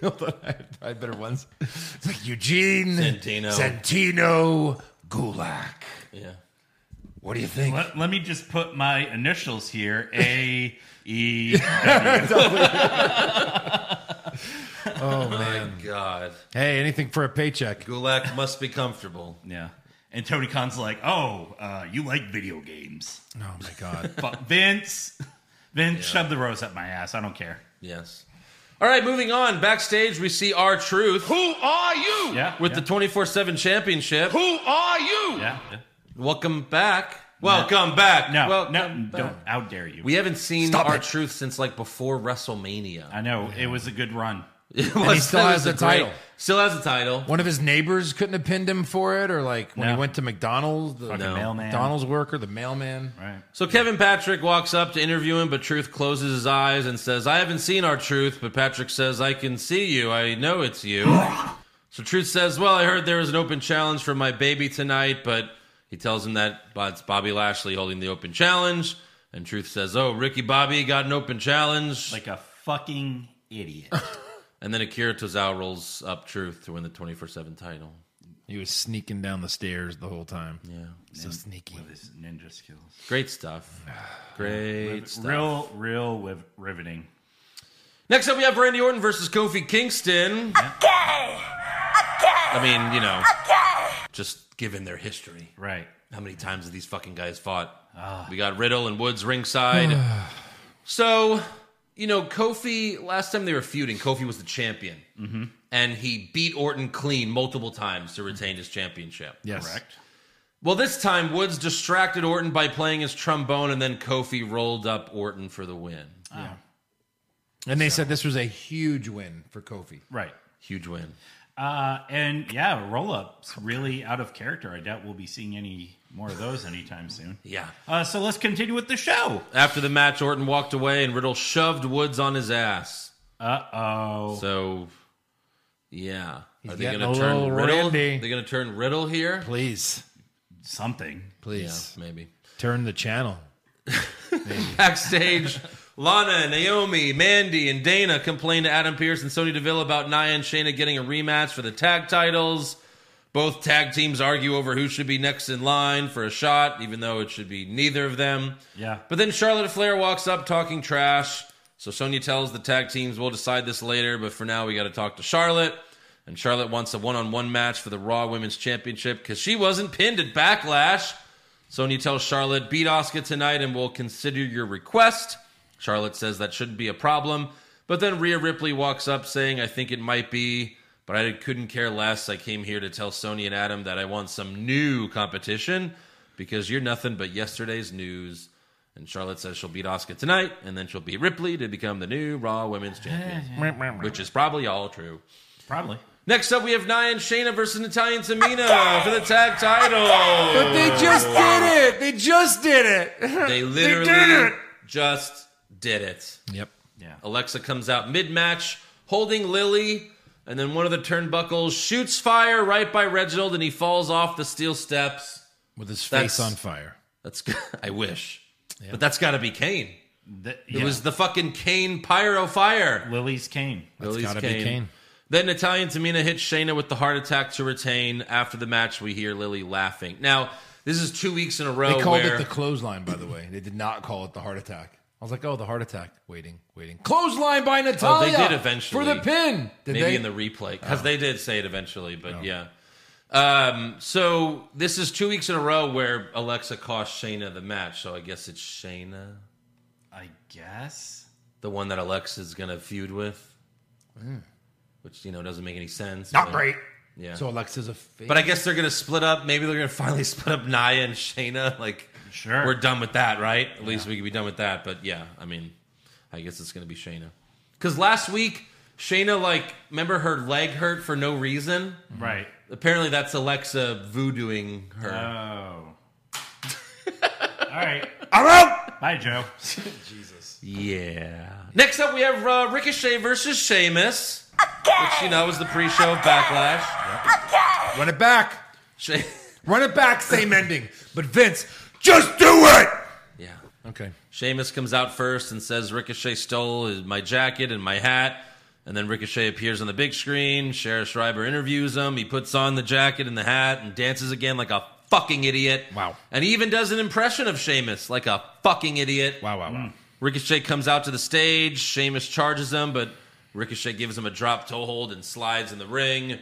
Speaker 4: Hold on, I I had better ones. It's like Eugene
Speaker 3: Santino.
Speaker 4: Santino Gulak.
Speaker 3: Yeah.
Speaker 4: What do you think?
Speaker 5: Let, let me just put my initials here. A E.
Speaker 4: Oh man!
Speaker 3: God,
Speaker 4: Hey, anything for a paycheck?
Speaker 3: Gulak must be comfortable.
Speaker 5: Yeah. And Tony Khan's like, oh, uh, you like video games.
Speaker 4: Oh my god!
Speaker 5: But Vince, Vince, shove the rose up my ass. I don't care.
Speaker 3: Yes. All right, moving on. Backstage, we see our truth. Who are you?
Speaker 5: Yeah,
Speaker 3: With
Speaker 5: yeah.
Speaker 3: the twenty four seven championship. Who are you?
Speaker 5: Yeah.
Speaker 3: Welcome back. Welcome back.
Speaker 5: No,
Speaker 3: Welcome
Speaker 5: no,
Speaker 3: back.
Speaker 5: don't. How dare you?
Speaker 3: We haven't seen
Speaker 4: Stop
Speaker 3: our
Speaker 4: it.
Speaker 3: truth since like before WrestleMania.
Speaker 5: I know. It was a good run.
Speaker 3: It
Speaker 4: he
Speaker 3: was-
Speaker 4: still
Speaker 3: it was
Speaker 4: has
Speaker 3: a
Speaker 4: the
Speaker 3: great-
Speaker 4: title.
Speaker 3: Still has the title.
Speaker 4: One of his neighbors couldn't have pinned him for it, or like when
Speaker 5: No.
Speaker 4: he went to McDonald's, the
Speaker 5: Fucking mailman.
Speaker 4: McDonald's worker, the mailman.
Speaker 5: Right.
Speaker 3: So Kevin Patrick walks up to interview him, but Truth closes his eyes and says, "I haven't seen our truth." But Patrick says, "I can see you. I know it's you." so Truth says, "Well, I heard there was an open challenge for my baby tonight, but." He tells him that it's Bobby Lashley holding the open challenge, and Truth says, "Oh, Ricky Bobby got an open challenge."
Speaker 5: Like a fucking idiot.
Speaker 3: and then Akira Tozawa rolls up Truth to win the twenty four seven title.
Speaker 4: He was sneaking down the stairs the whole time.
Speaker 3: Yeah,
Speaker 4: So sneaky.
Speaker 5: With his ninja skills.
Speaker 3: great stuff. Great stuff.
Speaker 5: Real, real wiv- riveting.
Speaker 3: Next up, we have Randy Orton versus Kofi Kingston. I mean, you know, just given their history,
Speaker 5: Right.
Speaker 3: how many times have these fucking guys fought? We got Riddle and Woods ringside. so, you know, Kofi, last time they were feuding, Kofi was the champion. And he beat Orton clean multiple times to retain his championship.
Speaker 4: Yes.
Speaker 5: Correct.
Speaker 3: Well, this time, Woods distracted Orton by playing his trombone, and then Kofi rolled up Orton for the win.
Speaker 4: And they said this was a huge win for Kofi.
Speaker 5: Right.
Speaker 3: Huge win.
Speaker 5: Uh, and yeah, roll ups really out of character. I doubt we'll be seeing any more of those anytime soon.
Speaker 3: Yeah.
Speaker 5: Uh, so let's continue with the show.
Speaker 3: After the match, Orton walked away and Riddle shoved Woods on his ass.
Speaker 5: Uh oh.
Speaker 3: So, yeah. Are they
Speaker 4: getting
Speaker 3: going
Speaker 4: a
Speaker 3: to turn
Speaker 4: little
Speaker 3: Riddle?
Speaker 4: randy.
Speaker 3: They're going to turn Riddle here?
Speaker 4: Please,
Speaker 5: Something.
Speaker 3: Yeah,
Speaker 4: please
Speaker 3: maybe.
Speaker 4: turn the channel.
Speaker 3: Backstage, Lana, Naomi, Mandy, and Dana complain to Adam Pierce and Sony Deville about Nia and Shayna getting a rematch for the tag titles. Both tag teams argue over who should be next in line for a shot, even though it should be neither of them.
Speaker 5: Yeah.
Speaker 3: But then Charlotte Flair walks up talking trash. So Sonya tells the tag teams, we'll decide this later, but for now we got to talk to Charlotte. And Charlotte wants a one on one match for the Raw Women's Championship because she wasn't pinned at Backlash. Sonya tells Charlotte, beat Asuka tonight and we'll consider your request. Charlotte says that shouldn't be a problem. But then Rhea Ripley walks up saying, I think it might be, but I couldn't care less. I came here to tell Sonya and Adam that I want some new competition because you're nothing but yesterday's news. And Charlotte says she'll beat Asuka tonight, and then she'll beat Ripley to become the new Raw Women's Champion, which is probably all true.
Speaker 5: Probably.
Speaker 3: Next up, we have Nia and Shayna versus Natalya and Tamina for the tag title.
Speaker 4: But they just did it. They just did it.
Speaker 3: They literally
Speaker 4: did it.
Speaker 3: just did it.
Speaker 4: Yep.
Speaker 5: Yeah.
Speaker 3: Alexa comes out mid match holding Lily, and then one of the turnbuckles shoots fire right by Reginald, and he falls off the steel steps.
Speaker 4: With his
Speaker 3: That's-
Speaker 4: face on fire.
Speaker 3: That's I wish, but that's got to be Kane.
Speaker 5: Th-
Speaker 3: It
Speaker 5: yeah.
Speaker 3: was the fucking Kane pyro fire.
Speaker 5: Lily's cane.
Speaker 3: Lily's
Speaker 4: gotta be Kane.
Speaker 3: Then Natalia and Tamina hit Shayna with the heart attack to retain. After the match, we hear Lily laughing. Now, this is two weeks in a row
Speaker 4: They called
Speaker 3: where
Speaker 4: it the clothesline, by the way. They did not call it the heart attack. I was like, oh, the heart attack. Waiting, waiting. Clothesline by Natalia.
Speaker 3: Oh, did eventually.
Speaker 4: For the pin. Did
Speaker 3: maybe
Speaker 4: they? Oh.
Speaker 3: in the replay because they did say it eventually, but yeah. Um, so this is two weeks in a row where Alexa cost Shayna the match. So I guess it's Shayna,
Speaker 5: I guess.
Speaker 3: the one that Alexa's gonna feud with, which you know doesn't make any sense.
Speaker 4: Not
Speaker 3: but-
Speaker 4: Ah, great.
Speaker 3: Yeah.
Speaker 4: Mm. So Alexa's a fake.
Speaker 3: but I guess they're gonna split up. Maybe they're gonna finally split up Naya and Shayna. Like,
Speaker 5: Sure.
Speaker 3: we're done with that, right? At least we can be done with that. But yeah, I mean, I guess it's gonna be Shayna. Because last week Shayna, like, remember her leg hurt for no reason.
Speaker 5: Right.
Speaker 3: Apparently, that's Alexa voodooing her.
Speaker 5: Oh. All right.
Speaker 4: I'm out.
Speaker 5: Bye, Joe.
Speaker 3: Yeah. Next up, we have uh, Ricochet versus Sheamus, which you know was the pre-show backlash.
Speaker 4: Run it back.
Speaker 3: She-
Speaker 4: Run it back. Same ending. But Vince, just do it.
Speaker 3: yeah.
Speaker 4: Okay.
Speaker 3: Sheamus comes out first and says Ricochet stole his- my jacket and my hat, and then Ricochet appears on the big screen. Sheriff Schreiber interviews him. He puts on the jacket and the hat and dances again like a fucking idiot.
Speaker 4: Wow.
Speaker 3: And he even does an impression of Sheamus like a fucking idiot.
Speaker 4: Wow. Wow. Wow.
Speaker 3: Hmm. Ricochet comes out to the stage. Sheamus charges him, but Ricochet gives him a drop toe hold and slides in the ring.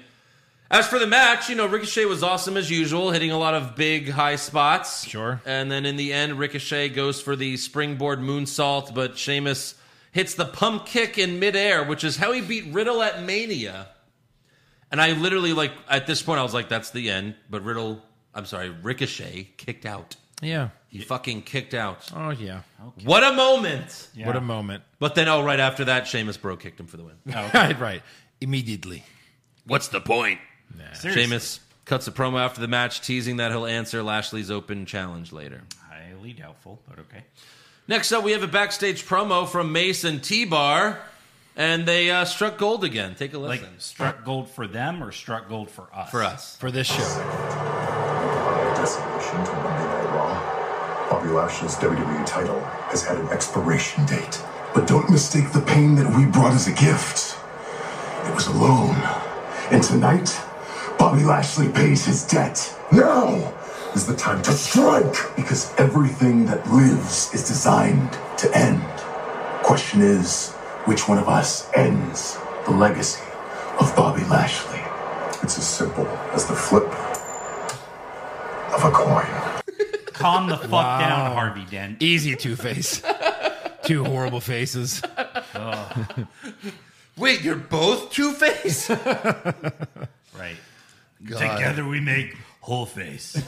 Speaker 3: As for the match, you know, Ricochet was awesome as usual, hitting a lot of big, high spots.
Speaker 4: Sure.
Speaker 3: And then in the end, Ricochet goes for the springboard moonsault, but Sheamus hits the pump kick in midair, which is how he beat Riddle at Mania. And I literally, like, at this point, I was like, that's the end. But Riddle, I'm sorry, Ricochet kicked out.
Speaker 4: Yeah.
Speaker 3: He fucking kicked out.
Speaker 4: Oh yeah.
Speaker 3: What a moment!
Speaker 4: What a moment.
Speaker 3: But then, oh, right after that, Sheamus bro kicked him for the win.
Speaker 4: right. Right. Immediately.
Speaker 3: What's the point?
Speaker 5: Seriously.
Speaker 3: Sheamus cuts a promo after the match, teasing that he'll answer Lashley's open challenge later.
Speaker 5: Highly doubtful, but okay.
Speaker 3: Next up, we have a backstage promo from Mason T Bar, and they uh, struck gold again. Take a
Speaker 5: Like
Speaker 3: listen.
Speaker 5: struck gold for them or struck gold for us?
Speaker 3: for us.
Speaker 4: For this show.
Speaker 10: Destination to Monday Night Raw. Bobby Lashley's WWE title has had an expiration date. But don't mistake the pain that we brought as a gift. It was a loan. And tonight, Bobby Lashley pays his debt. Now is the time to strike! Because everything that lives is designed to end. Question is, which one of us ends the legacy of Bobby Lashley? It's as simple as the flip of a coin.
Speaker 5: Calm the fuck down, Harvey Dent.
Speaker 4: Easy two face. Two horrible faces.
Speaker 3: Wait, you're both Two Face?
Speaker 5: Right. Together we make whole face.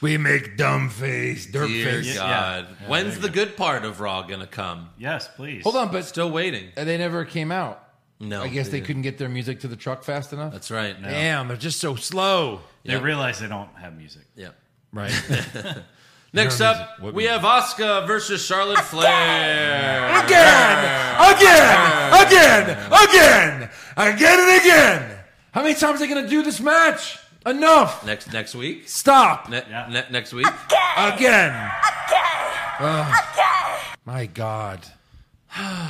Speaker 4: We make dumb face, dirt
Speaker 3: Dear
Speaker 4: face.
Speaker 3: God. When's the good part of Raw going to come?
Speaker 5: yes, please.
Speaker 4: Hold on, but
Speaker 3: Still waiting.
Speaker 4: they never came out.
Speaker 3: No.
Speaker 4: I guess they couldn't get their music to the truck fast enough.
Speaker 3: That's right. No.
Speaker 4: Damn, they're just so slow.
Speaker 5: They realize they don't have music.
Speaker 3: Yeah.
Speaker 4: Right.
Speaker 3: Next
Speaker 4: What
Speaker 3: up,
Speaker 4: music? What
Speaker 3: we have Oscar versus Charlotte Flair.
Speaker 4: again, again, again, again, again, and again. How many times are they going to do this match? Enough.
Speaker 3: Next next week.
Speaker 4: Stop.
Speaker 3: Ne-
Speaker 5: Yeah.
Speaker 3: ne- next week.
Speaker 4: Again. Ugh. My God.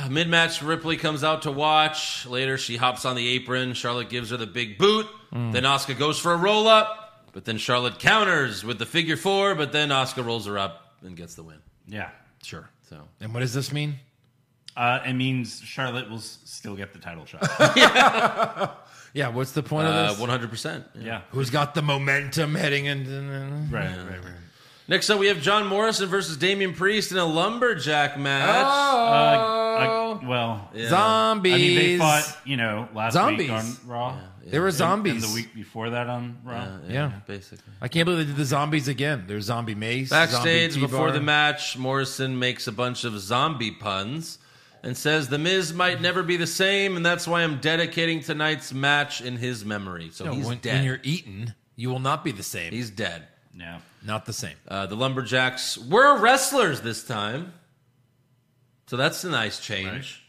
Speaker 3: Mid match, Ripley comes out to watch. Later, she hops on the apron. Charlotte gives her the big boot.
Speaker 4: Mm.
Speaker 3: Then Oscar goes for a roll up, but then Charlotte counters with the figure four. But then Oscar rolls her up and gets the win.
Speaker 5: Yeah.
Speaker 4: Sure.
Speaker 3: So
Speaker 4: And what does this mean?
Speaker 5: Uh, it means Charlotte will s- still get the title shot.
Speaker 4: Yeah, what's the point of
Speaker 3: uh,
Speaker 4: this?
Speaker 3: one hundred percent.
Speaker 5: yeah.
Speaker 4: Who's got the momentum heading into.
Speaker 5: Right, right, right.
Speaker 3: Next up, we have John Morrison versus Damian Priest in a lumberjack match.
Speaker 4: Oh.
Speaker 5: Uh, I- well,
Speaker 3: Oh. Yeah.
Speaker 4: Zombies.
Speaker 5: I mean, they fought, you know, last
Speaker 4: Zombies.
Speaker 5: week on Raw.
Speaker 4: They were zombies.
Speaker 5: And the week before that on Raw.
Speaker 4: yeah.
Speaker 3: basically.
Speaker 4: I can't believe they did the zombies again. There's zombie mace. zombie
Speaker 3: Backstage
Speaker 4: T-bar.
Speaker 3: before the match, Morrison makes a bunch of zombie puns and says the Miz might never be the same, and that's why I'm dedicating tonight's match in his memory. So
Speaker 4: No,
Speaker 3: he's
Speaker 4: when,
Speaker 3: dead.
Speaker 4: when you're eaten, you will not be the same.
Speaker 3: he's dead.
Speaker 5: No.
Speaker 4: not the same.
Speaker 3: Uh, the Lumberjacks were wrestlers this time, so that's a nice change.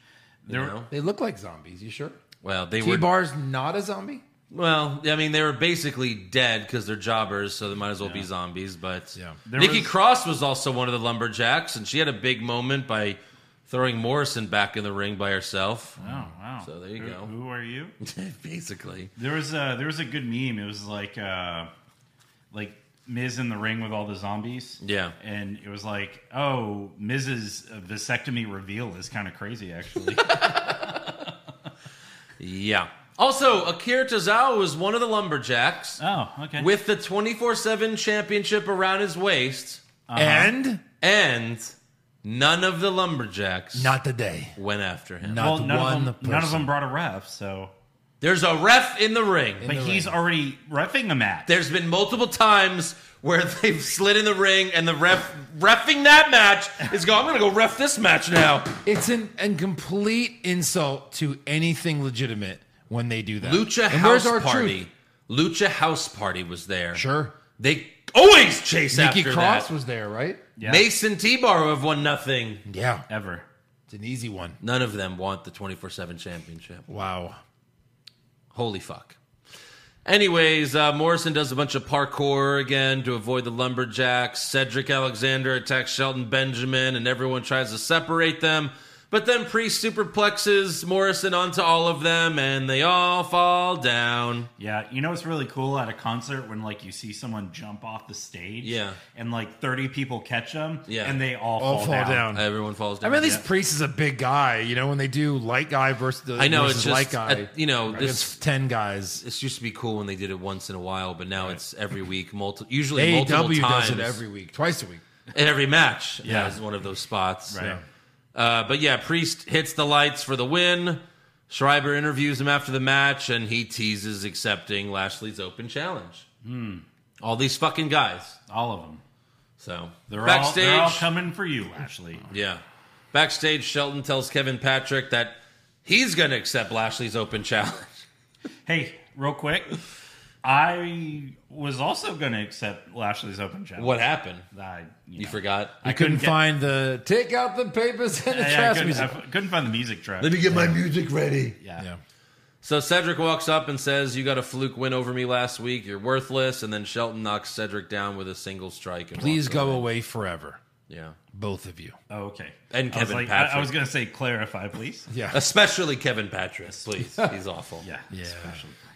Speaker 5: There,
Speaker 3: You know?
Speaker 4: They look like zombies. You sure?
Speaker 3: Well, they
Speaker 4: T
Speaker 3: were.
Speaker 4: bar's not a zombie.
Speaker 3: Well, I mean, they were basically dead because they're jobbers, so they might as well be zombies. But
Speaker 4: Yeah.
Speaker 5: There
Speaker 3: Nikki
Speaker 5: was-
Speaker 3: Cross was also one of the Lumberjacks, and she had a big moment by throwing Morrison back in the ring by herself.
Speaker 5: Oh, wow.
Speaker 3: So there you
Speaker 5: who,
Speaker 3: go.
Speaker 5: Who are you?
Speaker 3: basically.
Speaker 5: There was a there was a good meme. It was like uh like Miz in the ring with all the zombies.
Speaker 3: Yeah.
Speaker 5: And it was like, oh, Miz's vasectomy reveal is kind of crazy, actually.
Speaker 3: Yeah. Also, Akira Tozawa was one of the lumberjacks.
Speaker 5: Oh, okay.
Speaker 3: With the 24 7 championship around his waist.
Speaker 5: Uh-huh.
Speaker 4: And?
Speaker 3: And none of the lumberjacks
Speaker 4: Not today.
Speaker 3: went after him.
Speaker 4: Not
Speaker 5: well, none
Speaker 4: one
Speaker 5: of them, none of
Speaker 4: person.
Speaker 5: them brought a ref, so.
Speaker 3: There's a ref in the ring.
Speaker 5: But he's already refing the match.
Speaker 3: There's been multiple times where they've slid in the ring and the ref refing that match is going, I'm going to go ref this match now.
Speaker 4: It's an, an complete insult to anything legitimate when they do that.
Speaker 3: Lucha
Speaker 4: And
Speaker 3: House
Speaker 4: where's our
Speaker 3: Party.
Speaker 4: truth?
Speaker 3: Lucha House Party was there.
Speaker 4: Sure.
Speaker 3: They always chase
Speaker 4: Nikki
Speaker 3: after
Speaker 4: Cross
Speaker 3: that.
Speaker 4: was there, right?
Speaker 5: Yeah.
Speaker 3: Mason T-Bar would have won nothing.
Speaker 4: Yeah.
Speaker 5: Ever.
Speaker 4: It's an easy one.
Speaker 3: None of them want the 24-7 championship.
Speaker 4: Wow.
Speaker 3: Holy fuck. Anyways, uh, Morrison does a bunch of parkour again to avoid the lumberjacks. Cedric Alexander attacks Shelton Benjamin, and everyone tries to separate them. But then Priest superplexes Morrison onto all of them, and they all fall down.
Speaker 5: Yeah, you know what's really cool at a concert when like you see someone jump off the stage,
Speaker 3: Yeah.
Speaker 5: and like thirty people catch them,
Speaker 3: Yeah.
Speaker 5: and they all,
Speaker 4: All
Speaker 5: fall,
Speaker 4: fall,
Speaker 5: down.
Speaker 4: down.
Speaker 3: Everyone falls
Speaker 4: I
Speaker 3: down. Uh,
Speaker 4: mean, at least Priest is a big guy. You know, when they do light guy versus the
Speaker 3: I know
Speaker 4: versus
Speaker 3: it's just
Speaker 4: light guy,
Speaker 3: uh, you know this.
Speaker 4: against ten guys.
Speaker 3: This used to be cool when they did it once in a while, but now it's every week, multi, usually multiple
Speaker 4: AEW
Speaker 3: times
Speaker 4: E does it every week, twice a week.
Speaker 3: in every match.
Speaker 5: Yeah.
Speaker 3: Yeah, is one of those spots.
Speaker 5: Right.
Speaker 3: Uh, but yeah, Priest hits the lights for the win. Schreiber interviews him after the match, and he teases accepting Lashley's open challenge.
Speaker 5: Hmm.
Speaker 3: All these fucking guys.
Speaker 5: All of them.
Speaker 3: So
Speaker 5: They're all they're all coming for you, Ashley.
Speaker 3: yeah, backstage, Shelton tells Kevin Patrick that he's going to accept Lashley's open challenge.
Speaker 5: Hey, real quick, I was also going to accept Lashley's open challenge.
Speaker 3: What happened?
Speaker 5: I, you,
Speaker 3: You
Speaker 5: know.
Speaker 3: forgot.
Speaker 4: I couldn't, find the take out the papers and
Speaker 5: Yeah,
Speaker 4: the
Speaker 5: yeah, I,
Speaker 4: trash
Speaker 5: couldn't,
Speaker 4: music.
Speaker 5: I f- couldn't find the music track.
Speaker 3: me get my music ready.
Speaker 5: yeah.
Speaker 4: yeah.
Speaker 3: So Cedric walks up and says, "You got a fluke win over me last week. You're worthless." And then Shelton knocks Cedric down with a single strike. And
Speaker 4: Please
Speaker 3: walks
Speaker 4: go
Speaker 3: away.
Speaker 4: away forever,
Speaker 3: Yeah.
Speaker 4: both of you.
Speaker 5: Oh, okay.
Speaker 3: And
Speaker 5: I was
Speaker 3: Kevin
Speaker 5: like, I- I,
Speaker 3: Patrick.
Speaker 5: was going to say clarify, please.
Speaker 4: Yeah.
Speaker 3: Especially Kevin Patrick, please. He's awful.
Speaker 5: Yeah.
Speaker 4: Yeah.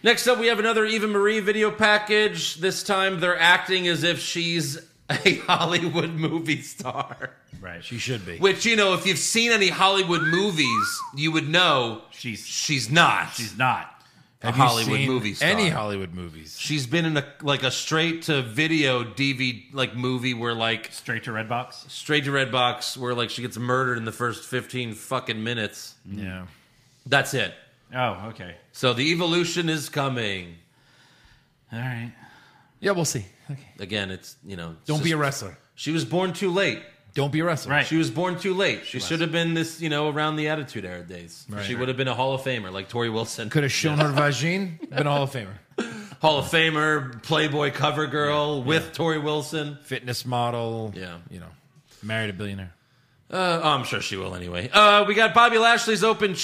Speaker 3: Next up, we have another Eva Marie video package. This time, they're acting as if she's a Hollywood movie star.
Speaker 5: Right.
Speaker 4: She should be.
Speaker 3: Which, you know, if you've seen any Hollywood movies, you would know
Speaker 5: She's
Speaker 3: she's not
Speaker 5: she's not.
Speaker 3: a
Speaker 4: Have you
Speaker 3: Hollywood
Speaker 4: seen
Speaker 3: movie star.
Speaker 4: Any Hollywood movies?
Speaker 3: she's been in a like a straight to video DVD like movie where like
Speaker 5: Straight to Redbox.
Speaker 3: straight to Redbox where like she gets murdered in the first fifteen fucking minutes.
Speaker 4: Yeah.
Speaker 3: That's it.
Speaker 5: Oh, okay.
Speaker 3: So the evolution is coming.
Speaker 5: All right.
Speaker 4: Yeah, we'll see. Okay.
Speaker 3: Again, it's you know it's
Speaker 4: Don't be
Speaker 3: just-
Speaker 4: a wrestler.
Speaker 3: She was born too late.
Speaker 4: Don't be a wrestler.
Speaker 5: Right.
Speaker 3: She was born too late. She should have been this, you know, around the Attitude Era days. she would have been a Hall of Famer like Tori Wilson.
Speaker 4: Could have shown her vagine, been a Hall of Famer.
Speaker 3: Hall of Famer, Playboy cover girl with Tori Wilson.
Speaker 4: Fitness model.
Speaker 3: Yeah.
Speaker 4: You know, married a billionaire.
Speaker 3: Uh, oh, I'm sure she will anyway. Uh, we got Bobby Lashley's open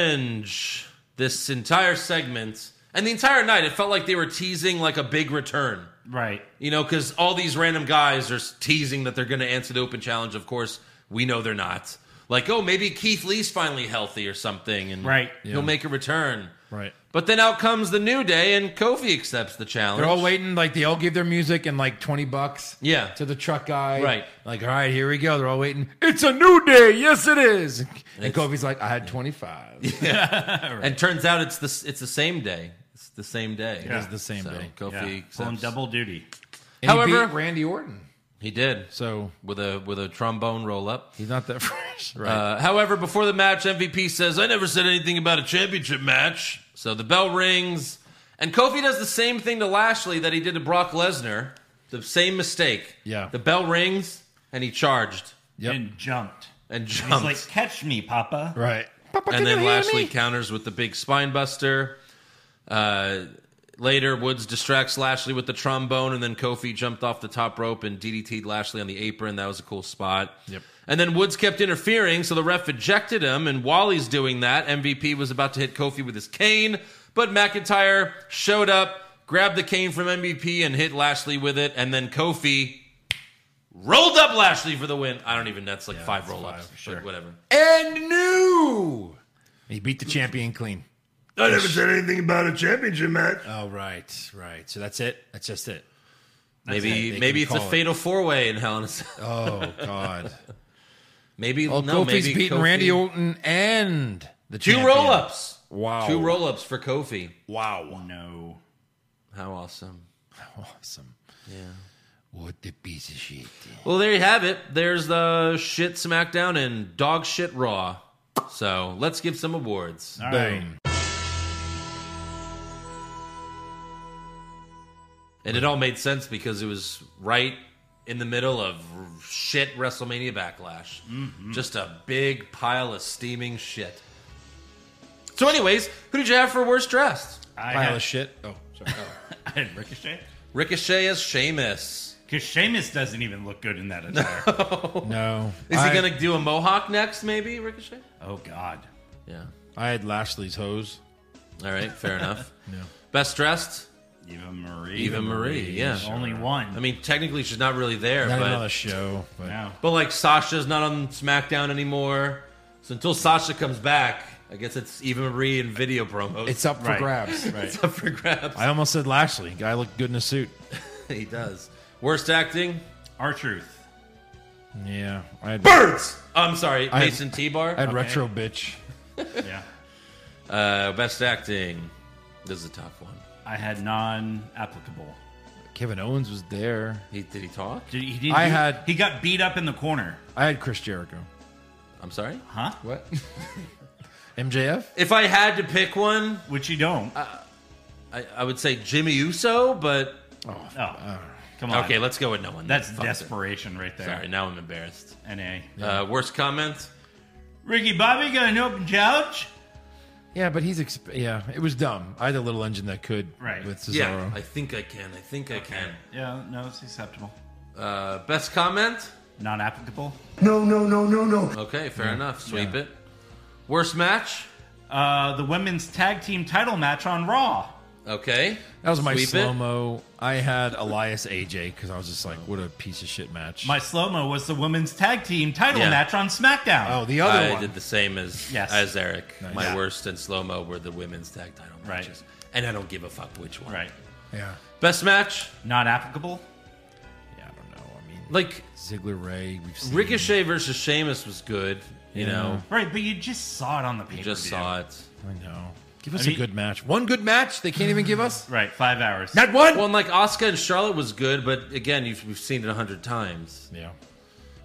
Speaker 3: challenge this entire segment. And the entire night, it felt like they were teasing like a big return.
Speaker 5: Right.
Speaker 3: You know, because all these random guys are teasing that they're going to answer the open challenge. Of course, we know they're not. Like, oh, maybe Keith Lee's finally healthy or something, and
Speaker 5: Right.
Speaker 3: he'll make a return.
Speaker 4: Right.
Speaker 3: But then out comes the new day, and Kofi accepts the challenge.
Speaker 4: They're all waiting, like they all give their music and like twenty bucks.
Speaker 3: Yeah.
Speaker 4: To the truck guy.
Speaker 3: Right.
Speaker 4: Like, all right, here we go. They're all waiting. It's a new day. Yes, it is. And Kofi's like, I had twenty five.
Speaker 3: and turns out it's the it's the same day. It's the same day.
Speaker 4: It is the same day.
Speaker 3: Kofi
Speaker 5: Yeah. Pulling
Speaker 3: accepts.
Speaker 5: double duty.
Speaker 4: And However,
Speaker 3: However-
Speaker 4: he beat Randy Orton.
Speaker 3: He did
Speaker 4: So
Speaker 3: with a with a trombone roll up.
Speaker 4: he's not that fresh. Right.
Speaker 3: Uh, however, before the match, MVP says, I never said anything about a championship match. So the bell rings, and Kofi does the same thing to Lashley that he did to Brock Lesnar. The same mistake.
Speaker 4: Yeah.
Speaker 3: The bell rings, and he charged
Speaker 4: Yep.
Speaker 5: And jumped.
Speaker 3: and
Speaker 5: He's
Speaker 3: jumped.
Speaker 5: like, catch me, Papa.
Speaker 4: right. Papa,
Speaker 3: and
Speaker 4: can
Speaker 3: then
Speaker 4: you hear
Speaker 3: Lashley
Speaker 4: me?
Speaker 3: counters with the big spine buster. Uh, later, Woods distracts Lashley with the trombone, and then Kofi jumped off the top rope and DDT'd Lashley on the apron. That was a cool spot.
Speaker 4: Yep.
Speaker 3: And then Woods kept interfering, so the ref ejected him. And while he's doing that, MVP was about to hit Kofi with his cane, but McIntyre showed up, grabbed the cane from MVP, and hit Lashley with it. And then Kofi rolled up Lashley for the win. I don't even. That's like five roll ups. Sure. Whatever.
Speaker 4: and new. He beat the champion clean.
Speaker 10: I never said anything about a championship match.
Speaker 4: Oh, right, right. So that's it. That's just it. it.
Speaker 3: Maybe
Speaker 4: They
Speaker 3: maybe it's
Speaker 4: can
Speaker 3: a
Speaker 4: call it.
Speaker 3: fatal four way in Hell in a Cell.
Speaker 4: Oh God.
Speaker 3: Maybe
Speaker 4: Well,
Speaker 3: no,
Speaker 4: Oh, Kofi's
Speaker 3: maybe
Speaker 4: beating
Speaker 3: Kofi-
Speaker 4: Randy Orton and the
Speaker 3: Two
Speaker 4: champion.
Speaker 3: roll ups.
Speaker 4: Wow.
Speaker 3: Two roll ups for Kofi.
Speaker 4: Wow.
Speaker 5: No.
Speaker 3: How awesome.
Speaker 4: Awesome.
Speaker 3: Yeah.
Speaker 4: What the piece of shit.
Speaker 3: Well, there you have it. There's the shit SmackDown and dog shit Raw. So let's give some awards.
Speaker 5: All right.
Speaker 4: Boom.
Speaker 3: And it all made sense because it was right in the middle of shit WrestleMania Backlash.
Speaker 4: Mm-hmm.
Speaker 3: Just a big pile of steaming shit. So, anyways, who did you have for worst dressed?
Speaker 5: I
Speaker 4: Pile
Speaker 5: had,
Speaker 4: of shit. Oh, sorry. Oh.
Speaker 5: I had Ricochet.
Speaker 3: Ricochet as Sheamus.
Speaker 5: Because Sheamus doesn't even look good in that attire.
Speaker 4: no.
Speaker 3: Is
Speaker 4: I,
Speaker 3: he going to do a mohawk next, maybe, Ricochet?
Speaker 5: oh, God.
Speaker 3: Yeah.
Speaker 4: I had Lashley's hose.
Speaker 3: All right, fair enough. Best dressed?
Speaker 5: Eva Marie.
Speaker 3: Eva Marie, yeah.
Speaker 5: Only one.
Speaker 3: I mean, technically, she's not really there,
Speaker 4: Not
Speaker 3: but.
Speaker 4: another show. But
Speaker 5: no.
Speaker 3: But like Sasha's not on SmackDown anymore, so until Sasha comes back, I guess it's Eva Marie and video promos.
Speaker 4: It's up for
Speaker 5: Right.
Speaker 4: grabs.
Speaker 5: Right.
Speaker 3: up for grabs.
Speaker 4: I almost said Lashley. Guy looked good in a suit.
Speaker 3: he does. Worst acting?
Speaker 5: Our Truth.
Speaker 4: Yeah. I had,
Speaker 3: Birds. I'm sorry,
Speaker 4: I-
Speaker 3: Mason T-Bar.
Speaker 4: I had retro bitch.
Speaker 5: Yeah.
Speaker 3: uh, best acting. This is a tough one.
Speaker 5: I had non applicable.
Speaker 4: Kevin Owens was there.
Speaker 3: He did he talk?
Speaker 5: Did he, did
Speaker 4: I
Speaker 5: he-
Speaker 4: had-
Speaker 5: He got beat up in the corner.
Speaker 4: I had Chris Jericho.
Speaker 3: I'm sorry.
Speaker 5: Huh?
Speaker 4: What? MJF?
Speaker 3: If I had to pick one,
Speaker 5: Which you don't.
Speaker 3: Uh, I, I would say Jimmy Uso, but
Speaker 5: oh. Come on.
Speaker 3: uh, okay, let's go with no one.
Speaker 5: That's
Speaker 3: Fuck it.
Speaker 5: desperation right there.
Speaker 3: Sorry, now I'm embarrassed.
Speaker 5: NA.
Speaker 3: Uh, worst comment.
Speaker 5: Ricky Bobby got an open couch?
Speaker 4: Yeah, but he's exp- yeah. It was dumb. I had a little engine that could
Speaker 5: Right.
Speaker 4: with Cesaro.
Speaker 3: Yeah, I think I can. I think I can.
Speaker 5: Yeah, no, it's acceptable.
Speaker 3: Uh, best comment.
Speaker 5: Non applicable.
Speaker 10: No, no, no, no, no.
Speaker 3: Okay, fair enough. Sweep it. Worst match?
Speaker 5: Uh, the women's tag team title match on Raw.
Speaker 3: Okay.
Speaker 4: that was my
Speaker 3: Sweep it.
Speaker 4: slow mo. I had Elias AJ because I was just like, what a piece of shit match.
Speaker 5: My slow mo was the women's tag team title
Speaker 3: Yeah.
Speaker 5: match on SmackDown.
Speaker 4: oh, the other
Speaker 3: I
Speaker 4: one.
Speaker 3: did the same as
Speaker 5: Yes.
Speaker 3: as Eric. My
Speaker 5: Yeah.
Speaker 3: worst and slow mo were the women's tag title
Speaker 5: Right.
Speaker 3: matches, and I don't give a fuck which one.
Speaker 5: Right.
Speaker 4: yeah.
Speaker 3: Best match?
Speaker 5: Not applicable.
Speaker 4: Yeah, I don't know. I mean,
Speaker 3: Like
Speaker 4: Ziggler Ray. We've seen
Speaker 3: Ricochet versus Sheamus was good. You
Speaker 4: Yeah.
Speaker 3: know,
Speaker 5: Right, but you just saw it on the pay
Speaker 3: you just saw it.
Speaker 4: I know. Give us
Speaker 5: I mean-
Speaker 4: a good match. One good match. They can't even give us
Speaker 5: Right, five hours.
Speaker 4: not one.
Speaker 3: Well, and like Oscar and Charlotte was good, but again, you've, we've seen it a hundred times.
Speaker 4: yeah.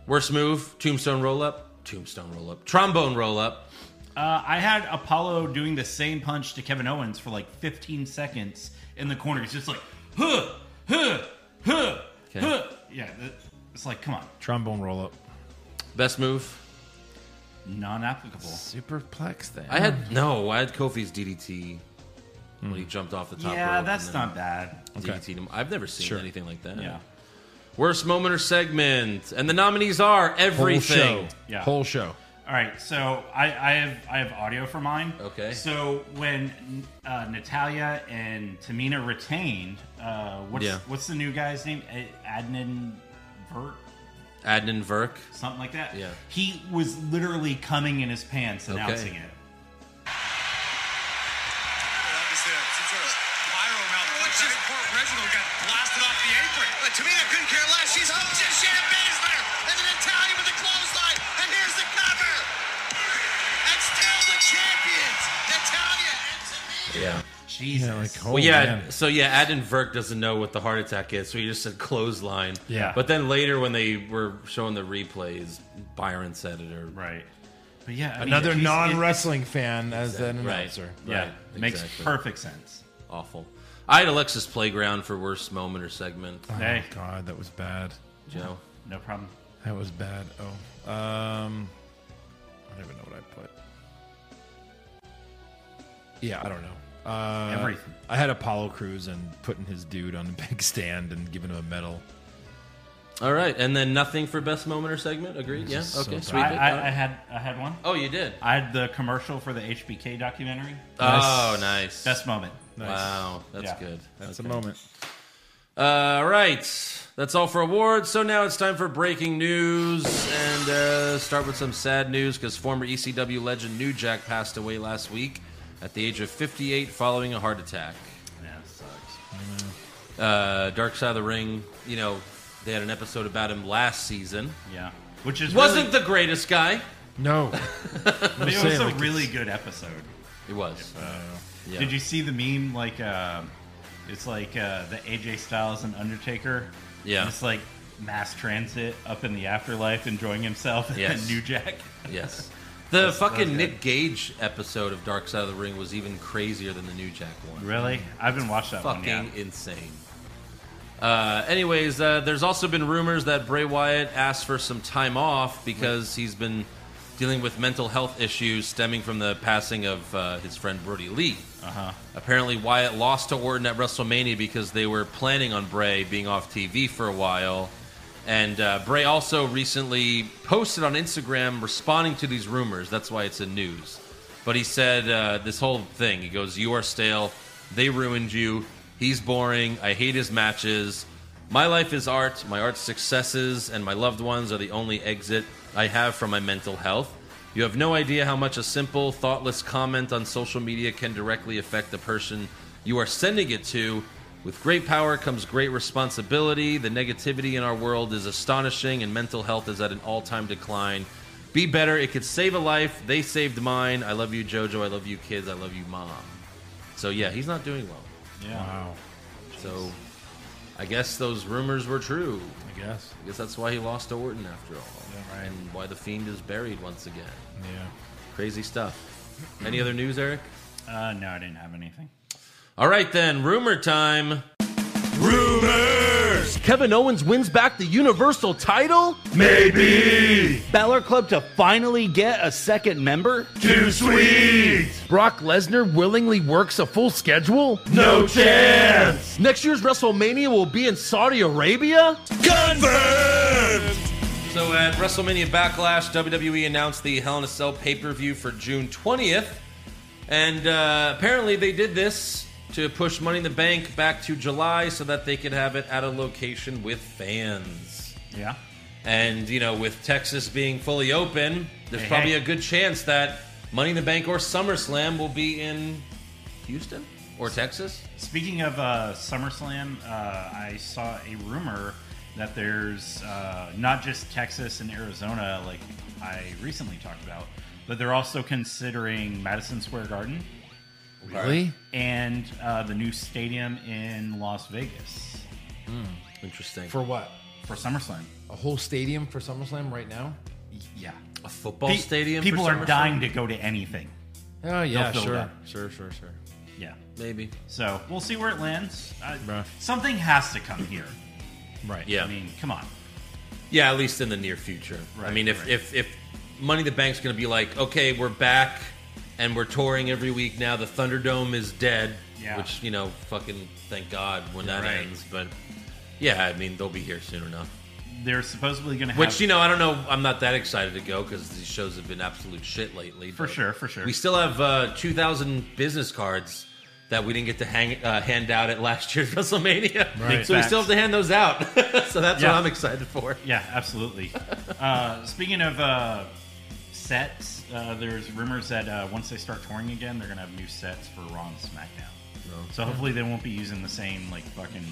Speaker 3: Worst move: Tombstone roll up, Tombstone roll up, Trombone roll up.
Speaker 5: Uh, I had Apollo doing the same punch to Kevin Owens for like 15 seconds in the corner. He's just like, huh, huh, huh, huh. Yeah, that- it's like, come on,
Speaker 4: Trombone roll up.
Speaker 3: Best move.
Speaker 5: non applicable.
Speaker 4: Superplex thing.
Speaker 3: I had no. I had Kofi's DDT when he jumped off the top. rope
Speaker 5: Yeah,
Speaker 3: and
Speaker 5: that's
Speaker 3: then
Speaker 5: not bad.
Speaker 4: Okay.
Speaker 3: DDT'd him. I've never seen
Speaker 4: Sure.
Speaker 3: anything like that.
Speaker 5: Yeah.
Speaker 3: Worst moment or segment, and the nominees are
Speaker 4: whole
Speaker 3: everything.
Speaker 4: show.
Speaker 5: Yeah.
Speaker 4: Whole show.
Speaker 5: All right, so I, I have I have audio for mine.
Speaker 3: Okay.
Speaker 5: So when uh, Natalia and Tamina retained, uh, what's
Speaker 3: Yeah.
Speaker 5: what's the new guy's name? A- Adnan Vert,
Speaker 3: Adnan Verk.
Speaker 5: something like that.
Speaker 3: Yeah.
Speaker 5: He was literally coming in his pants announcing it.
Speaker 11: Watch this poor Reginald got blasted off the apron. But Tamina couldn't care less. She's hooked to Shayna Baszler. And then Natalia with the clothesline. And here's the cover. And still the champions. Natalia and Tamina.
Speaker 3: Yeah.
Speaker 5: Jesus.
Speaker 4: Yeah, like, oh,
Speaker 3: Well, yeah.
Speaker 4: man.
Speaker 3: So yeah, Adnan Verk doesn't know what the heart attack is, so he just said clothesline.
Speaker 4: Yeah.
Speaker 3: But then later, when they were showing the replays, Byron said it or
Speaker 5: right. But yeah, I mean,
Speaker 4: Another
Speaker 5: he's- it-
Speaker 4: non wrestling fan as an
Speaker 3: Right.
Speaker 4: announcer.
Speaker 5: Yeah,
Speaker 3: Right,
Speaker 5: it makes
Speaker 3: exactly.
Speaker 5: perfect sense.
Speaker 3: awful. I had Alexis Playground for worst moment or segment.
Speaker 5: Hey,
Speaker 4: Oh, God, that was bad.
Speaker 3: Joe.
Speaker 5: no problem.
Speaker 4: That was bad. Oh, um, I don't even know what I put. Yeah, I don't know. Uh,
Speaker 5: Everything.
Speaker 4: I had Apollo Cruz and putting his dude on a big stand and giving him a medal.
Speaker 3: All right, and then nothing for best moment or segment. Agreed. Yeah.
Speaker 4: is so
Speaker 3: Okay.
Speaker 4: bad.
Speaker 3: sweet.
Speaker 5: I,
Speaker 3: it. uh,
Speaker 5: I, I had I had one.
Speaker 3: oh, you did.
Speaker 5: I had the commercial for the HBK documentary.
Speaker 3: Oh, nice.
Speaker 5: Best moment.
Speaker 3: Wow, that's
Speaker 5: Yeah.
Speaker 3: good.
Speaker 4: That's
Speaker 3: Okay.
Speaker 4: a moment.
Speaker 3: All right, that's all for awards. So now it's time for breaking news and uh, start with some sad news because former ECW legend New Jack passed away last week at the age of 58 following a heart attack.
Speaker 5: Yeah, it sucks.
Speaker 3: Uh, Dark Side of the Ring, you know, they had an episode about him last season.
Speaker 5: Yeah, which is
Speaker 3: Wasn't
Speaker 5: really,
Speaker 3: the greatest guy.
Speaker 4: No,
Speaker 5: but it
Speaker 4: saying,
Speaker 5: was a
Speaker 4: like,
Speaker 5: really good episode.
Speaker 3: It was. Yeah.
Speaker 5: Did you see the meme? Like, uh, it's like uh, the AJ Styles and Undertaker.
Speaker 3: Yeah.
Speaker 5: It's like mass transit up in the afterlife, enjoying himself.
Speaker 3: Yes.
Speaker 5: And New Jack.
Speaker 3: Yes. The
Speaker 5: That's-
Speaker 3: fucking
Speaker 5: that's good.
Speaker 3: Nick Gage episode of Dark Side of the Ring was even crazier than the New Jack one.
Speaker 5: Really? I haven't watched that one,
Speaker 3: fucking
Speaker 5: yeah.
Speaker 3: insane. Uh, anyways, uh, there's also been rumors that Bray Wyatt asked for some time off because he's been dealing with mental health issues stemming from the passing of uh, his friend Brody Lee.
Speaker 5: Uh-huh.
Speaker 3: Apparently, Wyatt lost to Orton at WrestleMania because they were planning on Bray being off TV for a while. And uh, Bray also recently posted on Instagram responding to these rumors. That's why it's in news. But he said uh, this whole thing. He goes, You are stale. They ruined you. He's boring. I hate his matches. My life is art. My art's successes and my loved ones are the only exit I have from my mental health. You have no idea how much a simple, thoughtless comment on social media can directly affect the person you are sending it to. With great power comes great responsibility. The negativity in our world is astonishing, and mental health is at an all time decline. Be better. It could save a life. They saved mine. I love you, JoJo. I love you, kids. I love you, mom. So, yeah, he's not doing well.
Speaker 5: Yeah. Wow.
Speaker 3: So, I guess those rumors were true.
Speaker 4: I guess.
Speaker 3: I guess that's why he lost to Orton after all. And why the Fiend is buried once again.
Speaker 4: Yeah.
Speaker 3: Crazy stuff. Any other news, Eric?
Speaker 5: Uh, no, I didn't have anything.
Speaker 3: All right, then. Rumor time. Rumors! Kevin Owens wins back the Universal title?
Speaker 12: Maybe. Balor Club to finally get a second member? Too sweet.
Speaker 6: Brock Lesnar willingly works a full schedule?
Speaker 12: No chance.
Speaker 6: Next year's WrestleMania will be in Saudi Arabia? Confirmed!
Speaker 3: So at WrestleMania Backlash, WWE announced the Hell in a Cell pay per view for June 20th. And uh, apparently they did this to push Money in the Bank back to July so that they could have it at a location with fans.
Speaker 5: Yeah.
Speaker 3: And, you know, with Texas being fully open, there's
Speaker 5: Hey,
Speaker 3: probably
Speaker 5: hey.
Speaker 3: a good chance that Money in the Bank or SummerSlam will be in Houston or Texas.
Speaker 5: Speaking of uh, SummerSlam, uh, I saw a rumor that there's uh, not just Texas and Arizona, like I recently talked about, but they're also considering Madison Square Garden.
Speaker 4: Really?
Speaker 5: And uh, the new stadium in Las Vegas.
Speaker 3: Interesting.
Speaker 4: For what?
Speaker 5: For SummerSlam.
Speaker 4: A whole stadium for SummerSlam right now?
Speaker 5: Yeah.
Speaker 3: A football
Speaker 5: Pe-
Speaker 3: stadium.
Speaker 5: People
Speaker 3: for
Speaker 5: are
Speaker 3: SummerSlam?
Speaker 5: dying to go to anything.
Speaker 4: Oh
Speaker 5: They'll
Speaker 4: yeah,
Speaker 5: fill it
Speaker 4: sure,
Speaker 5: up.
Speaker 4: sure, sure, sure.
Speaker 5: Yeah.
Speaker 3: Maybe.
Speaker 5: So we'll see where it lands. I, something has to come here.
Speaker 4: Right.
Speaker 3: Yeah.
Speaker 5: I mean, come on.
Speaker 3: Yeah, at least in the near future. I
Speaker 5: Right,
Speaker 3: mean, if,
Speaker 5: right.
Speaker 3: if if Money in the Bank's going to be like, okay, we're back and we're touring every week now. The Thunderdome is dead,
Speaker 5: Yeah.
Speaker 3: which you know, fucking thank God when that
Speaker 5: Right.
Speaker 3: ends. But yeah, I mean, they'll be here soon enough.
Speaker 5: They're supposedly going to have.
Speaker 3: Which you know, I don't know. I'm not that excited to go because these shows have been absolute shit lately.
Speaker 5: For
Speaker 3: but
Speaker 5: sure, for sure.
Speaker 3: We still have uh, 2,000 business cards that we didn't get to hang, uh, hand out at last year's WrestleMania.
Speaker 5: Right.
Speaker 3: So we still have to hand those out. so that's
Speaker 5: Yeah.
Speaker 3: what I'm excited for.
Speaker 5: Yeah, absolutely. uh, speaking of uh, sets, uh, there's rumors that uh, once they start touring again, they're gonna have new sets for Raw and SmackDown.
Speaker 3: Oh,
Speaker 5: So hopefully they won't be using the same like fucking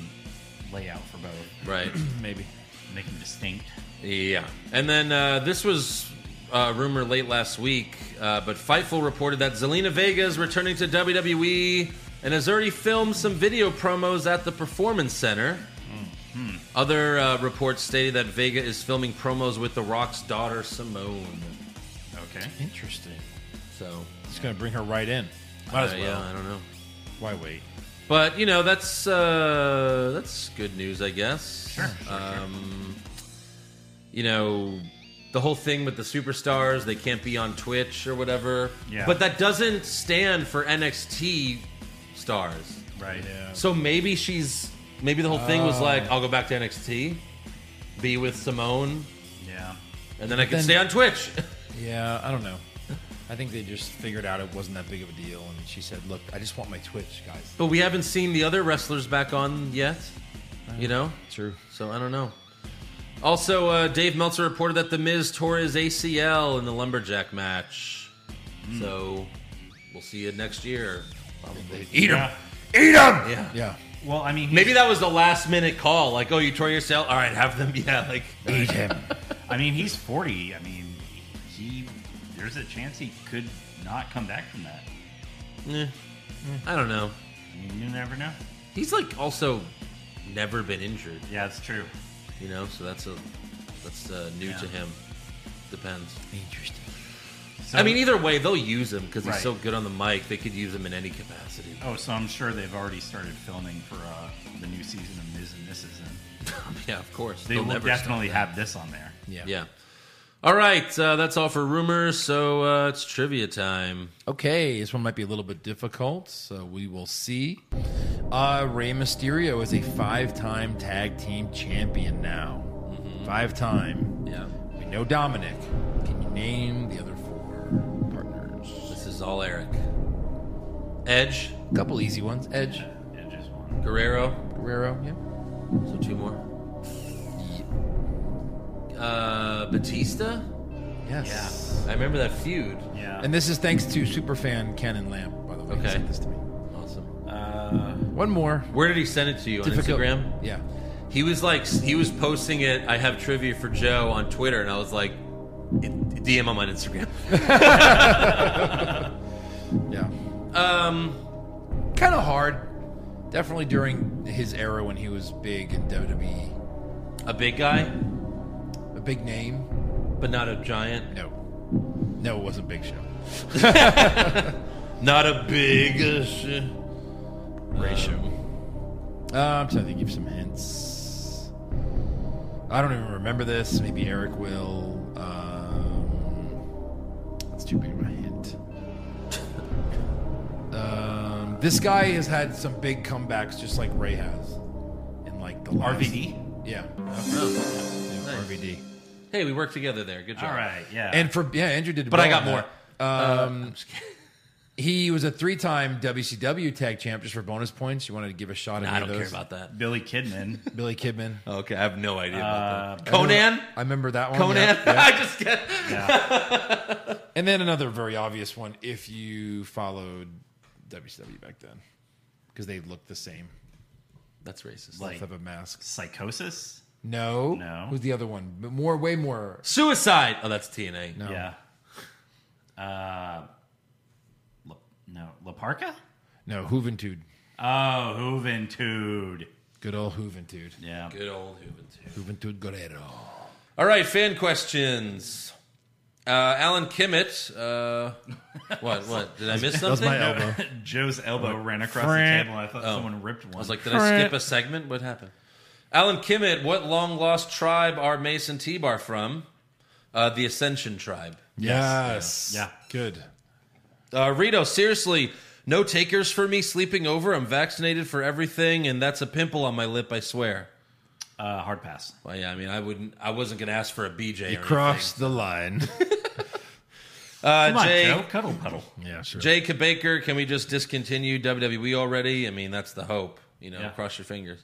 Speaker 5: layout for both.
Speaker 3: Right.
Speaker 5: Maybe make them distinct.
Speaker 3: Yeah. And then uh, this was uh, rumor late last week, uh, but Fightful reported that Zelina Vega is returning to WWE and has already filmed some video promos at the Performance Center.
Speaker 4: Mm-hmm.
Speaker 3: Other uh, reports stated that Vega is filming promos with The Rock's daughter, Simone.
Speaker 5: Okay.
Speaker 4: Interesting.
Speaker 3: So,
Speaker 4: It's gonna bring her right in. Might as
Speaker 3: uh,
Speaker 4: well.
Speaker 3: yeah, I don't know.
Speaker 4: Why wait?
Speaker 3: But you know that's uh, that's good news, I guess. Sure. um, You know, the whole thing with the superstars—they can't be on Twitch or whatever.
Speaker 5: Yeah.
Speaker 3: But that doesn't stand for NXT stars.
Speaker 5: Right. uh,
Speaker 3: So maybe she's maybe the whole thing was
Speaker 4: Oh.
Speaker 3: like, I'll go back to NXT, be with Simone,
Speaker 5: Yeah.
Speaker 3: and then I
Speaker 4: But
Speaker 3: can
Speaker 4: then-
Speaker 3: stay on Twitch.
Speaker 4: Yeah, I don't know. I think they just figured out it wasn't that big of a deal, and she said, "Look, I just want my Twitch, guys."
Speaker 3: But we haven't seen the other wrestlers back on yet. You know?
Speaker 4: True.
Speaker 3: So I don't know. Also, uh, Dave Meltzer reported that The Miz tore his ACL in the Lumberjack match. So we'll see you next year. Probably.
Speaker 4: Eat 'em.
Speaker 3: Yeah.
Speaker 4: Eat 'em!
Speaker 3: Yeah.
Speaker 4: Yeah.
Speaker 5: Well, I mean,
Speaker 3: Maybe that was the last minute call. Like, oh, you tore your ACL? All right, have them. Yeah, like.
Speaker 4: Eat him.
Speaker 5: I mean, he's 40. I mean, he there's a chance he could not come back from that.
Speaker 3: Eh, I don't know.
Speaker 5: You never know.
Speaker 3: He's like also never been injured.
Speaker 5: Yeah, it's true.
Speaker 3: You know, so that's a that's uh, new to
Speaker 5: Yeah.
Speaker 3: him. Depends. Interesting.
Speaker 5: So-
Speaker 3: I mean, either way, they'll use him because
Speaker 5: Right.
Speaker 3: he's so good on the mic. They could use him in any capacity.
Speaker 5: Oh, so I'm sure they've already started filming for uh, the new season of Ms. and Mrs. And
Speaker 3: yeah, of course.
Speaker 5: They
Speaker 3: They'll
Speaker 5: will
Speaker 3: never stop
Speaker 5: definitely
Speaker 3: that.
Speaker 5: have this on there.
Speaker 3: Yeah. All right, uh, that's all for rumors. So uh, it's trivia time.
Speaker 4: Okay, this one might be a little bit difficult, so we will see. Uh, Rey Mysterio is a five-time tag team champion now.
Speaker 3: Mm-hmm.
Speaker 4: Five-time.
Speaker 3: Yeah.
Speaker 4: We know Dominic. Can you name the other four partners?
Speaker 3: This is all Eric. Edge.
Speaker 4: Couple easy ones. Edge.
Speaker 3: Guerrero.
Speaker 4: Guerrero. Yeah.
Speaker 3: So two more. Uh, Batista.
Speaker 4: Yes.
Speaker 3: Yeah. I remember that feud.
Speaker 5: Yeah.
Speaker 4: And this is thanks to superfan Ken and Lamp, by the way. who
Speaker 3: Okay.
Speaker 4: sent this to me.
Speaker 3: Awesome.
Speaker 5: Uh,
Speaker 4: One more.
Speaker 3: Where did he send it to you on
Speaker 4: Difficult.
Speaker 3: Instagram?
Speaker 4: Yeah.
Speaker 3: He was like, he was posting it. I have trivia for Joe on Twitter, and I was like, it- DM him on Instagram.
Speaker 4: Yeah.
Speaker 3: Um,
Speaker 4: kind of hard. Definitely during his era when he was big in E. WWE,
Speaker 3: a big guy,
Speaker 4: a big name.
Speaker 3: but not a giant.
Speaker 4: No, no, it wasn't Big Show.
Speaker 3: Not a big. Uh, sh-
Speaker 4: Ratio. Uh, I'm trying to give some hints. I don't even remember this. Maybe Eric will. Um, that's too big of a hint. um, this guy has had some big comebacks, just like Ray has, in like the last,
Speaker 5: RVD?
Speaker 4: Yeah.
Speaker 3: Oh,
Speaker 4: Yeah, RVD.
Speaker 3: Hey, we worked together there. Good job.
Speaker 5: All right, yeah.
Speaker 4: And for yeah, Andrew did.
Speaker 3: But
Speaker 4: well
Speaker 3: I got
Speaker 4: on that.
Speaker 3: more.
Speaker 4: Um, he was a three-time WCW tag champ. Just for bonus points, you wanted to give a shot at
Speaker 3: Nah, I
Speaker 4: any of
Speaker 3: don't care
Speaker 4: those.
Speaker 3: about that.
Speaker 5: Billy Kidman.
Speaker 4: Billy Kidman.
Speaker 3: Okay, I have no idea about that. Oh,
Speaker 4: I
Speaker 3: Uh,
Speaker 4: remember-
Speaker 3: Conan.
Speaker 4: I remember that one.
Speaker 3: Conan.
Speaker 4: yeah, yeah.
Speaker 3: I just get.
Speaker 4: and then another very obvious one, if you followed WCW back then, because they looked the same.
Speaker 3: That's racist.
Speaker 4: Like,
Speaker 5: Like-
Speaker 4: of a mask.
Speaker 5: Psychosis?
Speaker 4: No.
Speaker 5: No.
Speaker 4: Who's the other one? But More, way more.
Speaker 3: Suicide. Oh, that's TNA.
Speaker 4: No.
Speaker 5: Yeah. Uh, La, no, La Parca?
Speaker 4: No. Juventude.
Speaker 5: Oh, Juventude.
Speaker 4: Good old Juventude.
Speaker 5: Yeah.
Speaker 3: Good old Juventud.
Speaker 4: Juventud Guerrero.
Speaker 3: All right, fan questions. Uh, Alan Kimmett. Uh, what? What? Did I miss
Speaker 4: That was
Speaker 3: something?
Speaker 4: my
Speaker 3: No.
Speaker 4: elbow.
Speaker 5: Joe's elbow ran across the
Speaker 4: Fran-
Speaker 5: table. I thought
Speaker 3: Oh.
Speaker 5: someone ripped one.
Speaker 3: I was like, did I skip a segment? What happened? Alan Kimmett. What long lost tribe are Mason T-Bar from? Uh, the Ascension Tribe.
Speaker 4: Yes.
Speaker 5: Yeah.
Speaker 4: Good.
Speaker 3: Uh, Rito, seriously, no takers for me sleeping over. I'm vaccinated for everything, and that's a pimple on my lip. I swear.
Speaker 5: uh, hard pass.
Speaker 3: Well, yeah, I mean, I wouldn't. I wasn't gonna ask for a BJ. or anything.
Speaker 4: Cross the line.
Speaker 3: Uh,
Speaker 5: Come on,
Speaker 3: Jay,
Speaker 5: Joe. Cuddle puddle.
Speaker 4: yeah. Sure.
Speaker 3: Jake Baker, can we just discontinue WWE already? I mean, that's the hope. You know,
Speaker 5: Yeah.
Speaker 3: cross your fingers.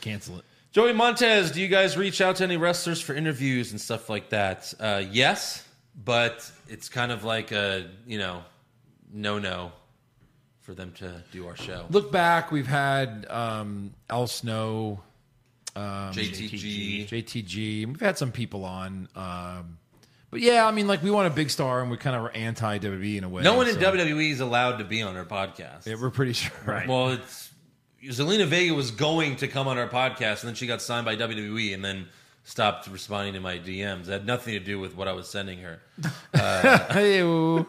Speaker 4: Cancel it.
Speaker 3: Joey Montez, do you guys reach out to any wrestlers for interviews and stuff like that? Uh, yes, but it's kind of like a you know, no no, for them to do our show.
Speaker 4: Look back. We've had um, Al Snow. Um,
Speaker 3: JTG.
Speaker 4: JTG. We've had some people on. Um, but yeah, I mean, like we want a big star, and we kind of are anti WWE in a way.
Speaker 3: No one in E
Speaker 4: so-
Speaker 3: WWE is allowed to be on our podcast.
Speaker 4: Yeah, we're pretty sure.
Speaker 5: Right.
Speaker 3: Well, it's Zelina Vega was going to come on our podcast, and then she got signed by WWE, and then stopped responding to my DMs. It had nothing to do with what I was sending her.
Speaker 4: Hey-o.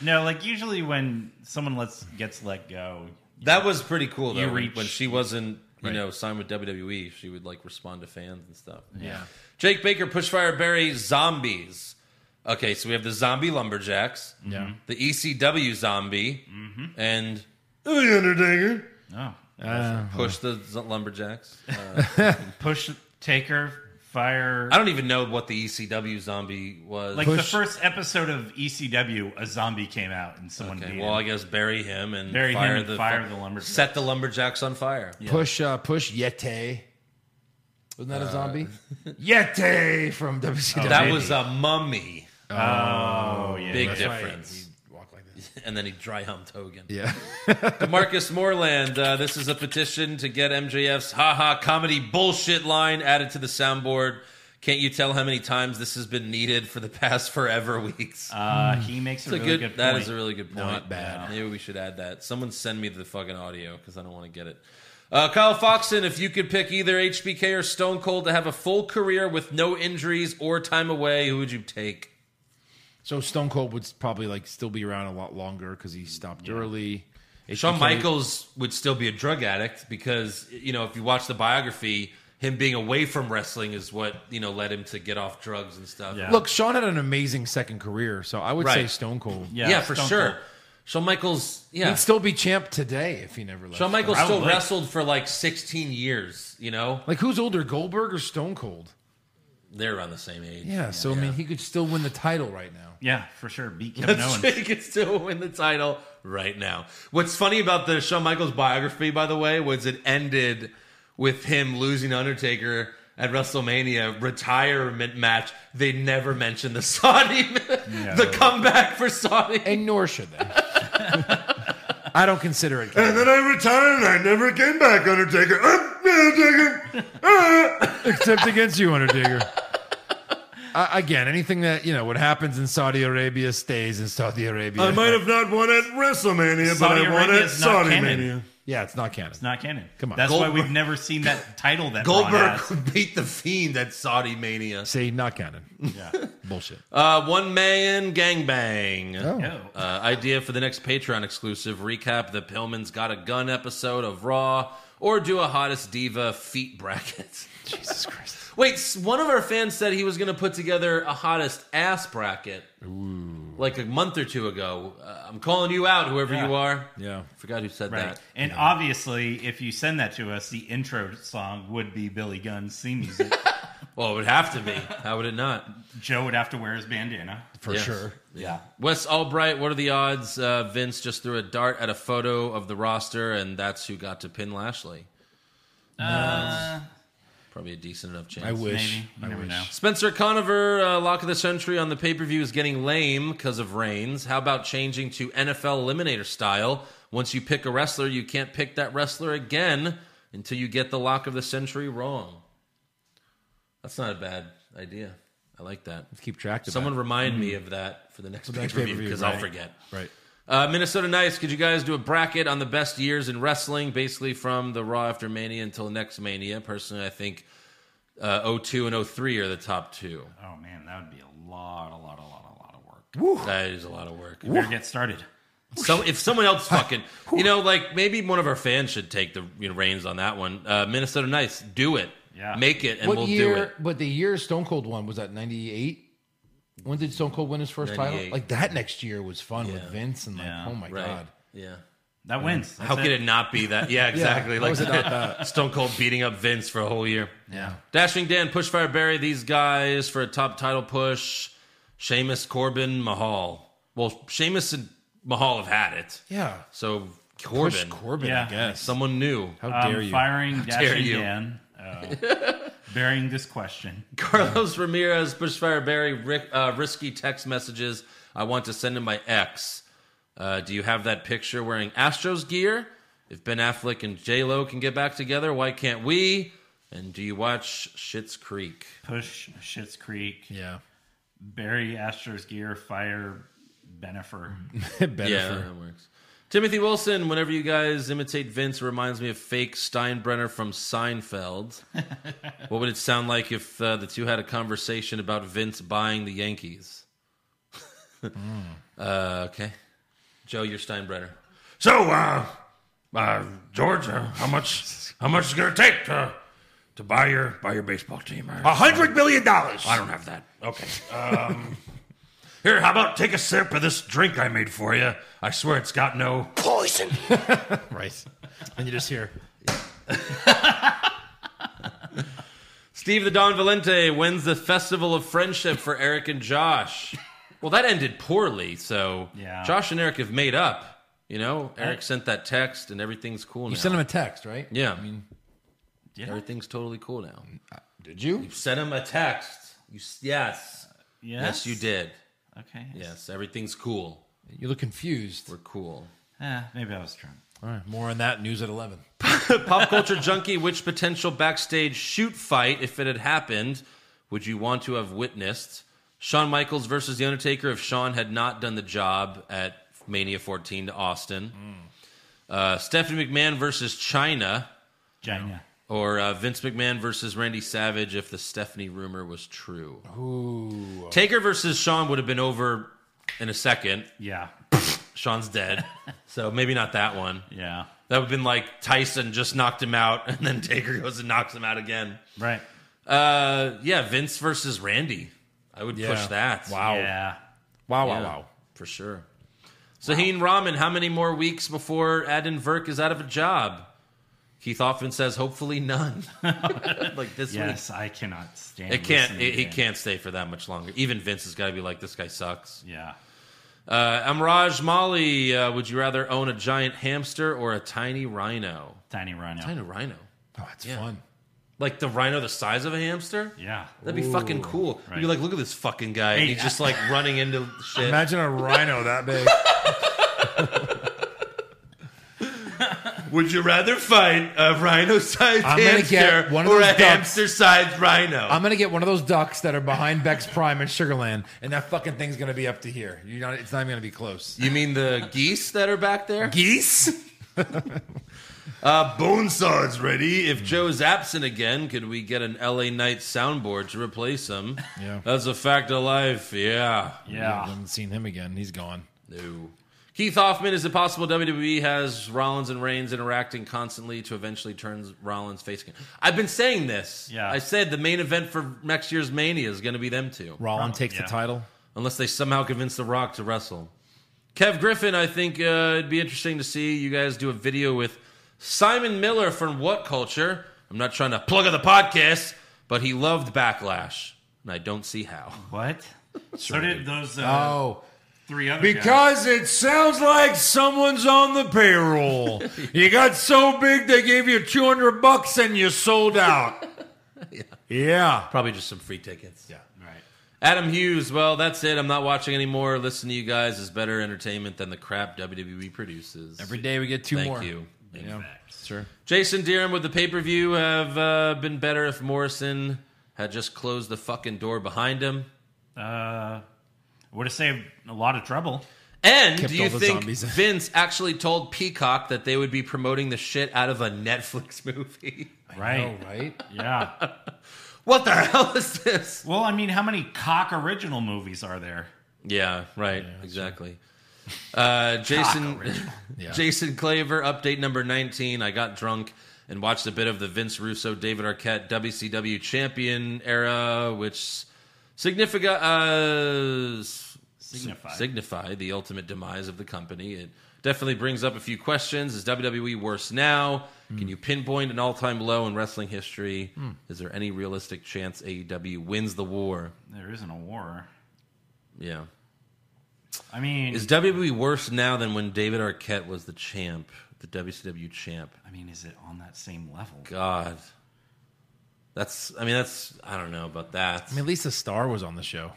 Speaker 5: No, like usually when someone lets gets let go,
Speaker 3: That was pretty cool though.
Speaker 5: You
Speaker 3: when-
Speaker 5: reach-
Speaker 3: when she wasn't, you
Speaker 4: Right.
Speaker 3: know, signed with WWE, she would like respond to fans and stuff.
Speaker 4: yeah.
Speaker 3: Jake Baker, Pushfire Barry, Zombies. Okay, so we have the Zombie Lumberjacks,
Speaker 4: Yeah.
Speaker 3: the ECW Zombie,
Speaker 5: Mm-hmm.
Speaker 3: and
Speaker 5: no.
Speaker 3: Push the Z- Lumberjacks. Uh,
Speaker 5: Push taker fire.
Speaker 3: I don't even know what the ECW Zombie was.
Speaker 5: Like the
Speaker 4: Push-
Speaker 5: first episode of ECW, a zombie came out and someone
Speaker 3: okay,
Speaker 5: beat
Speaker 3: well, I
Speaker 5: him.
Speaker 3: guess bury him and
Speaker 5: Bury him
Speaker 3: fire
Speaker 5: and
Speaker 3: the
Speaker 5: fire the lumberjacks.
Speaker 3: Set the Lumberjacks on fire.
Speaker 4: Push, uh, push Yete. Wasn't that a zombie? Yete from WCW.
Speaker 3: Uh, Oh, That was a mummy.
Speaker 5: oh yeah,
Speaker 3: Big Hmm.
Speaker 5: yeah.
Speaker 3: difference.
Speaker 4: Walk like this.
Speaker 3: And then he dry humped Hogan.
Speaker 4: Yeah.
Speaker 3: Marcus Moreland, uh, this is a petition to get MJF's haha comedy bullshit line added to the soundboard. Can't you tell how many times this has been needed for the past forever weeks?
Speaker 5: Uh, he makes a
Speaker 3: It's
Speaker 5: really good
Speaker 3: That
Speaker 5: point.
Speaker 3: is a really good point.
Speaker 5: Not bad.
Speaker 3: Maybe we should add that. Someone send me the fucking audio because I don't want to get it. Uh, Kyle Foxon, if you could pick either HBK or Stone Cold to have a full career with no injuries or time away, who would you take?
Speaker 4: So Stone Cold would probably like still be around a lot longer because he stopped early.
Speaker 3: Shawn
Speaker 4: HBK
Speaker 3: Michaels would still be a drug addict because you know if you watch the biography, him being away from wrestling is what you know led him to get off drugs and stuff.
Speaker 4: Look, Sean had an amazing second career, so I would say
Speaker 3: Right.
Speaker 4: Stone Cold.
Speaker 3: yeah, for sure. Shawn Michaels, yeah,
Speaker 4: He'd still be champ today if he never left.
Speaker 3: Shawn Michaels still
Speaker 4: Probably.
Speaker 3: wrestled for like 16 years. You know,
Speaker 4: Like who's older, Goldberg or Stone Cold?
Speaker 3: they're around the same age.
Speaker 4: Yeah, so I mean, he could still win the title right now.
Speaker 5: Yeah, for sure. Beat
Speaker 3: Kevin He could still win the title right now. What's funny about the Shawn Michaels biography, by the way, was it ended with him losing to Undertaker at WrestleMania retirement match. They never mentioned the Saudi, the comeback for Saudi,
Speaker 4: and nor should they. I don't consider it.
Speaker 13: And then I retired and I never came back, Undertaker. Ah, Undertaker. Ah.
Speaker 4: except against you, Undertaker. I, again, anything that you know, what happens in Saudi Arabia stays in Saudi Arabia.
Speaker 13: I might have not won at WrestleMania,
Speaker 5: Saudi
Speaker 13: but I won
Speaker 5: Arabia
Speaker 13: at
Speaker 5: is not
Speaker 13: Saudi
Speaker 5: canon.
Speaker 13: Mania.
Speaker 4: Yeah, it's not canon.
Speaker 5: It's not canon.
Speaker 4: Come on.
Speaker 5: That's why
Speaker 4: Goldberg-
Speaker 5: we've never seen that title that Braun
Speaker 3: Goldberg
Speaker 5: has.
Speaker 3: beat the Fiend at Saudi Mania.
Speaker 4: See, not canon.
Speaker 5: Yeah.
Speaker 4: Bullshit.
Speaker 3: Uh, one man gangbang.
Speaker 4: Oh.
Speaker 3: Uh, idea for the next Patreon exclusive recap the Pillman's Got a Gun episode of Raw, or do a hottest diva feet bracket.
Speaker 4: Jesus Christ.
Speaker 3: Wait, s- one of our fans said he was going to put together a hottest ass bracket like a month or two ago. Uh, I'm calling you out, whoever
Speaker 5: Yeah.
Speaker 3: you are.
Speaker 4: Yeah.
Speaker 3: Forgot who said
Speaker 5: Right.
Speaker 3: that.
Speaker 5: And obviously, if you send that to us, the intro song would be Billy Gunn's theme music.
Speaker 3: well, it would have to be. How would it not?
Speaker 5: Joe would have to wear his bandana.
Speaker 4: For
Speaker 3: Yes.
Speaker 4: sure.
Speaker 5: Yeah.
Speaker 3: Wes Albright, what are the odds? Uh, Vince just threw a dart at a photo of the roster, and that's who got to pin Lashley.
Speaker 5: Uh,
Speaker 3: Probably a decent enough chance.
Speaker 4: I wish.
Speaker 5: Maybe. You
Speaker 4: I
Speaker 5: never
Speaker 4: wish.
Speaker 5: know.
Speaker 3: Spencer Conover, uh, lock of the century on the pay per view is getting lame because of Reigns. How about changing to NFL Eliminator style? Once you pick a wrestler, you can't pick that wrestler again until you get the lock of the century wrong. That's not a bad idea. I like that.
Speaker 4: Keep track of
Speaker 3: Someone
Speaker 4: that.
Speaker 3: remind me of that for the next
Speaker 4: Mm. For the
Speaker 3: pay
Speaker 4: next
Speaker 3: per view
Speaker 4: pay-per-view,
Speaker 3: because I'll
Speaker 4: right.
Speaker 3: forget.
Speaker 4: Right.
Speaker 3: Uh, Minnesota Nice, could you guys do a bracket on the best years in wrestling, basically from the Raw after Mania until next Mania? Personally, I think uh, 02 and 03 are the top two.
Speaker 5: Oh, man, that would be a lot, a lot, a lot, a lot of work.
Speaker 3: That is a lot of work.
Speaker 5: You better get started.
Speaker 3: So if someone else fucking, you know, like maybe one of our fans should take the you know, reins on that one. Uh, Minnesota Nice, do it,
Speaker 5: Yeah.
Speaker 3: make it, and
Speaker 4: what
Speaker 3: we'll
Speaker 4: year?
Speaker 3: do it.
Speaker 4: But the year Stone Cold won was that ninety eight. When did Stone Cold win his first title?
Speaker 3: 98.
Speaker 4: Like that next year was fun with Vince and like, oh my
Speaker 3: Right.
Speaker 4: god.
Speaker 3: Yeah.
Speaker 5: That wins.
Speaker 3: How
Speaker 5: That's
Speaker 3: could
Speaker 5: it.
Speaker 3: it not be that? Yeah, exactly.
Speaker 4: how
Speaker 3: like
Speaker 4: is it not that?
Speaker 3: Stone Cold beating up Vince for a whole year.
Speaker 4: Yeah.
Speaker 3: Dashing Dan, Pushfire Barry, these guys for a top title push. Sheamus, Corbin, Mahal. Well, Sheamus and Mahal have had it.
Speaker 4: Yeah.
Speaker 3: So Corbin,
Speaker 4: Push Corbin,
Speaker 5: Yeah. Um,
Speaker 4: I guess.
Speaker 3: someone new.
Speaker 4: How
Speaker 5: I'm
Speaker 4: dare you?
Speaker 5: firing
Speaker 3: dare
Speaker 5: Dashing
Speaker 3: you.
Speaker 5: Dan, uh, burying this question.
Speaker 3: Carlos Ramirez, Bushfire Barry, Rick, uh, risky text messages. I want to send to my ex. Uh, do you have that picture wearing Astros gear? If Ben Affleck and J Lo can get back together, why can't we? And do you watch Shit's Creek?
Speaker 5: Push Shit's Creek.
Speaker 4: Yeah.
Speaker 5: Bury Astro's gear. Fire Benifer.
Speaker 4: Better
Speaker 3: yeah,
Speaker 4: for-
Speaker 3: that works. Timothy Wilson, whenever you guys imitate Vince, it reminds me of fake Steinbrenner from Seinfeld. what would it sound like if uh, the two had a conversation about Vince buying the Yankees?
Speaker 4: Hmm.
Speaker 3: uh, okay. Joe, you're Steinbrenner.
Speaker 13: So, uh, uh, George, uh, how much? How much is it gonna take to to buy your buy your baseball team? A hundred million dollars. I don't have that. Okay. Um, here, how about take a sip of this drink I made for you? I swear it's got no poison.
Speaker 4: right. And you just hear
Speaker 3: Steve the Don Valente wins the Festival of Friendship for Eric and Josh. Well, that ended poorly, so
Speaker 5: Yeah.
Speaker 3: Josh and Eric have made up. You know, Eric sent that text, and everything's cool now.
Speaker 4: you sent him a text, right?
Speaker 3: Yeah.
Speaker 4: I mean,
Speaker 3: Everything's totally cool now.
Speaker 4: did you?
Speaker 3: You sent him a text. You s- yes.
Speaker 5: Yes?
Speaker 3: Yes, you did.
Speaker 5: Okay.
Speaker 3: Yes, everything's cool.
Speaker 4: You look confused.
Speaker 3: We're cool.
Speaker 5: Eh, maybe I was drunk.
Speaker 4: All right. More on that news at eleven.
Speaker 3: Pop culture junkie, which potential backstage shoot fight, if it had happened, would you want to have witnessed? Shawn Michaels versus The Undertaker if Shawn had not done the job at Mania 14 to Austin. Uh, Stephanie McMahon versus China.
Speaker 5: China.
Speaker 3: Or uh, Vince McMahon versus Randy Savage if the Stephanie rumor was true.
Speaker 4: Ooh.
Speaker 3: Taker versus Sean would have been over in a second.
Speaker 5: Yeah.
Speaker 3: Sean's dead. so maybe not that one.
Speaker 5: Yeah.
Speaker 3: That would have been like Tyson just knocked him out and then Taker goes and knocks him out again.
Speaker 5: Right.
Speaker 3: Uh yeah, Vince versus Randy. I would
Speaker 5: Yeah.
Speaker 3: push that.
Speaker 5: Wow. Yeah.
Speaker 3: Wow,
Speaker 5: wow,
Speaker 3: wow. For sure. Zaheen Rahman, how many more weeks before Adin Verk is out of a job? Keith often says, hopefully none. like this
Speaker 5: yes,
Speaker 3: week.
Speaker 5: I cannot stand.
Speaker 3: It can't.
Speaker 5: listening
Speaker 3: It,
Speaker 5: to
Speaker 3: he
Speaker 5: him.
Speaker 3: can't stay for that much longer. Even Vince has got to be like, this guy sucks.
Speaker 5: Yeah.
Speaker 3: Uh, Amraj Mali, uh, would you rather own a giant hamster or a tiny rhino?
Speaker 5: Tiny rhino.
Speaker 3: Tiny rhino.
Speaker 4: Oh, that's fun.
Speaker 3: Like the rhino the size of a hamster?
Speaker 5: Yeah.
Speaker 3: That'd be fucking cool.
Speaker 5: Right.
Speaker 3: You'd be like, look at this fucking guy. and
Speaker 5: Hey.
Speaker 3: he's just like running into shit.
Speaker 4: Imagine a rhino that big.
Speaker 3: Would you rather fight a rhino-sized
Speaker 4: I'm gonna
Speaker 3: hamster
Speaker 4: get one of
Speaker 3: or a
Speaker 4: those ducks.
Speaker 3: hamster-sized rhino?
Speaker 4: I'm gonna get one of those ducks that are behind Beck's Prime in Sugarland, and that fucking thing's gonna be up to here. You know, it's not even gonna be close.
Speaker 3: you mean the geese that are back there?
Speaker 4: Geese?
Speaker 3: Uh, Bonesaw's ready. If Joe's absent again, could we get an LA Knight soundboard to replace him?
Speaker 4: Yeah.
Speaker 3: That's a fact of life. Yeah.
Speaker 4: I haven't seen him again. He's gone.
Speaker 3: No. Keith Hoffman, is it possible WWE has Rollins and Reigns interacting constantly to eventually turn Rollins face again? I've been saying this.
Speaker 5: Yeah.
Speaker 3: I said the main event for next year's Mania is going to be them two.
Speaker 4: Rollins takes
Speaker 5: yeah.
Speaker 4: the title.
Speaker 3: Unless they somehow convince The Rock to wrestle. Kev Griffin, I think uh, it'd be interesting to see you guys do a video with Simon Miller from What Culture. I'm not trying to plug of the podcast, but he loved Backlash, and I don't see how.
Speaker 5: What? So did those uh,
Speaker 4: Oh.
Speaker 5: three other guys.
Speaker 4: Because it sounds like someone's on the payroll. you got so big they gave you 200 bucks and you sold out. Yeah.
Speaker 3: Probably just some free tickets. Yeah.
Speaker 5: Right.
Speaker 3: Adam Hughes, well, that's it. I'm not watching anymore. Listen to you guys is better entertainment than the crap WWE produces.
Speaker 4: Every day we get two
Speaker 3: Thank
Speaker 4: more.
Speaker 3: you.
Speaker 4: You know? Sure.
Speaker 3: Jason Deerham, would the pay per view have uh, been better if Morrison had just closed the fucking door behind him?
Speaker 5: Uh, would have saved a lot of trouble.
Speaker 3: And
Speaker 4: Kept
Speaker 3: do
Speaker 4: all
Speaker 3: you
Speaker 4: the
Speaker 3: think
Speaker 4: zombies.
Speaker 3: Vince actually told Peacock that they would be promoting the shit out of a Netflix movie?
Speaker 5: Right.
Speaker 4: All right.
Speaker 5: Yeah.
Speaker 3: what the hell is this?
Speaker 5: well, I mean, how many cock original movies are there?
Speaker 3: Yeah, right. exactly. Uh, Jason
Speaker 4: Yeah.
Speaker 3: Jason Claver, update number 19. I got drunk and watched a bit of the Vince Russo, David Arquette, WCW champion era, which significa, uh, s-
Speaker 5: Signify.
Speaker 3: signify the ultimate demise of the company. It definitely brings up a few questions. Is WWE worse now?
Speaker 4: Hmm.
Speaker 3: Can you pinpoint an all time low in wrestling history? Is there any realistic chance AEW wins the war?
Speaker 5: There isn't a war.
Speaker 3: Yeah.
Speaker 5: I
Speaker 4: Hmm.
Speaker 5: mean,
Speaker 3: Is WWE worse now than when David Arquette was the champ, the WCW champ?
Speaker 5: I mean, is it on that same level?
Speaker 3: God, that's. I mean, that's. I don't know about that.
Speaker 4: I mean, at least the star was on the show.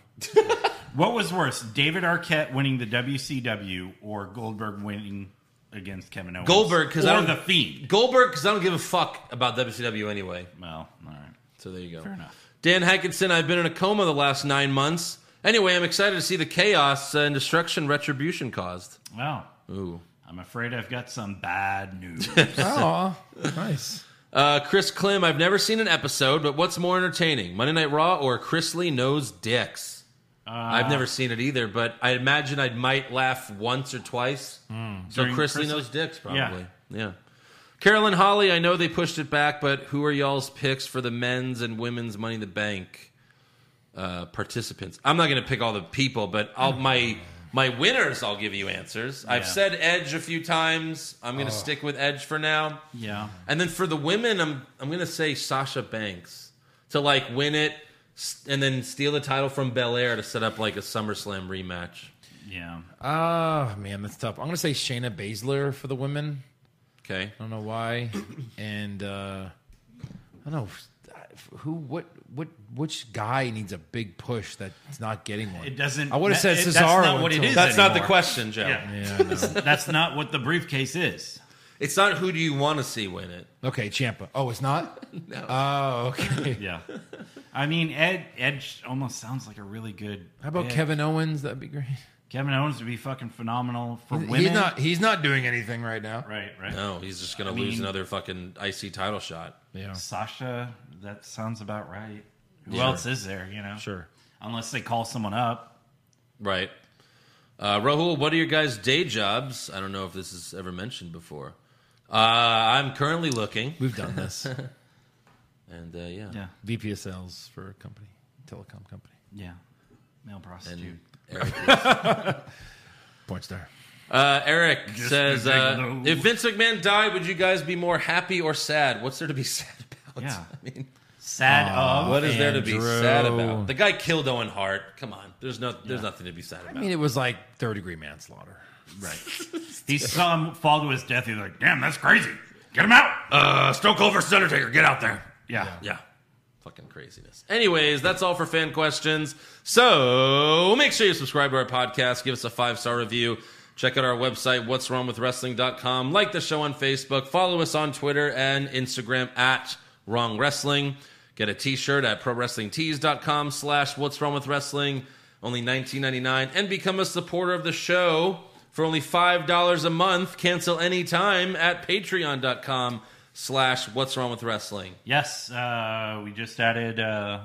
Speaker 5: What was worse, David Arquette winning the WCW or Goldberg winning against Kevin Owens?
Speaker 3: Goldberg, because I
Speaker 5: or
Speaker 3: don't
Speaker 5: the Fiend.
Speaker 3: Goldberg, because I don't give a fuck about WCW anyway.
Speaker 5: Well, all right,
Speaker 3: So there you go.
Speaker 5: fair enough.
Speaker 3: Dan Hankinson, I've been in a coma the last nine months. Anyway, I'm excited to see the chaos uh, and destruction retribution caused.
Speaker 5: Well,
Speaker 3: Ooh.
Speaker 5: I'm afraid I've got some bad news.
Speaker 4: Oh, nice.
Speaker 3: Uh, Chris Klim, I've never seen an episode, but what's more entertaining, Monday Night Raw or Chris Lee knows dicks?
Speaker 5: Ah.
Speaker 3: I've never seen it either, but I imagine I might laugh once or twice. so
Speaker 5: Hmm. During
Speaker 3: Chris, Lee
Speaker 5: Chris-
Speaker 3: knows dicks,
Speaker 5: Yeah.
Speaker 3: probably. Yeah. Carolyn Holly, I know they pushed it back, but who are y'all's picks for the men's and women's Money in the Bank uh, participants? I'm not going to pick all the people, but I'll, my my winners, I'll give you answers. I've
Speaker 5: Yeah. Oh.
Speaker 3: said Edge a few times. I'm going to stick with Edge for now.
Speaker 5: yeah,
Speaker 3: And then for the women, I'm I'm gonna say Sasha Banks to like win it s- and then steal the title from Bel Air to set up like a SummerSlam rematch.
Speaker 5: yeah.
Speaker 4: Ah, man, that's tough. I'm going to say Shayna Baszler for the women.
Speaker 3: Okay.
Speaker 4: I don't know why. And uh, I don't know who, what, what, which guy needs a big push that's not getting one.
Speaker 5: It doesn't.
Speaker 4: I would have said
Speaker 5: that-
Speaker 4: Cesaro.
Speaker 5: That's not what it
Speaker 4: until-
Speaker 5: is.
Speaker 3: That's not the
Speaker 5: anymore.
Speaker 3: question, Joe.
Speaker 5: Yeah.
Speaker 4: Yeah, I know.
Speaker 5: that's not what the briefcase is.
Speaker 3: It's not who do you want to see win it.
Speaker 4: okay, Champa. Oh, it's not. no. Oh, okay.
Speaker 5: Yeah. I mean, Ed Edge almost sounds like a really good.
Speaker 4: How about
Speaker 5: pick.
Speaker 4: Kevin Owens? That'd be great.
Speaker 5: Kevin Owens would be fucking phenomenal for
Speaker 4: He's- he's
Speaker 5: women.
Speaker 4: not- he's not doing anything right now.
Speaker 5: Right, right.
Speaker 3: No, he's just gonna
Speaker 5: I
Speaker 3: lose
Speaker 5: mean-
Speaker 3: another fucking IC title shot.
Speaker 4: Yeah.
Speaker 5: Sasha, that sounds about right. Who
Speaker 3: Yeah.
Speaker 5: else is there? You know,
Speaker 3: Sure.
Speaker 5: Unless they call someone up.
Speaker 3: Right. Uh, Rahul, what are your guys' day jobs? I don't know if this is ever mentioned before. Uh, I'm currently looking.
Speaker 4: We've done this.
Speaker 3: and uh, yeah.
Speaker 4: VP of sales for a company, telecom company.
Speaker 5: Yeah, male prostitute.
Speaker 4: Point star.
Speaker 3: Uh, Eric
Speaker 5: Just
Speaker 3: says,
Speaker 5: a big
Speaker 3: uh,
Speaker 5: load.
Speaker 3: if Vince McMahon died, would you guys be more happy or sad? What's there to be sad about?
Speaker 5: Yeah.
Speaker 3: I mean,
Speaker 5: Sad uh,
Speaker 4: Aw,
Speaker 5: of.
Speaker 3: what is there to be sad
Speaker 4: Andrew.
Speaker 3: about? The guy killed Owen Hart. Come on, there's no, there's nothing to be sad about.
Speaker 4: I mean, it was like third degree manslaughter.
Speaker 5: Right. he saw him fall to his death. He's like, damn, that's crazy.
Speaker 13: Get him out. Uh, Stone Cold versus Undertaker. Get out there.
Speaker 5: Yeah.
Speaker 3: Yeah. Fucking craziness. Anyways, that's all for fan questions. So make sure you subscribe to our podcast, give us a five star review, check out our website, what's wrong with wrestling.com, like the show on Facebook, follow us on Twitter and Instagram at wrong wrestling. Get a t shirt at pro wrestlingtees.com slash what's wrong with wrestling, only $19.99, and become a supporter of the show for only $5 a month. Cancel anytime at patreon.com slash what's wrong with wrestling.
Speaker 5: Yes, uh, we just added uh,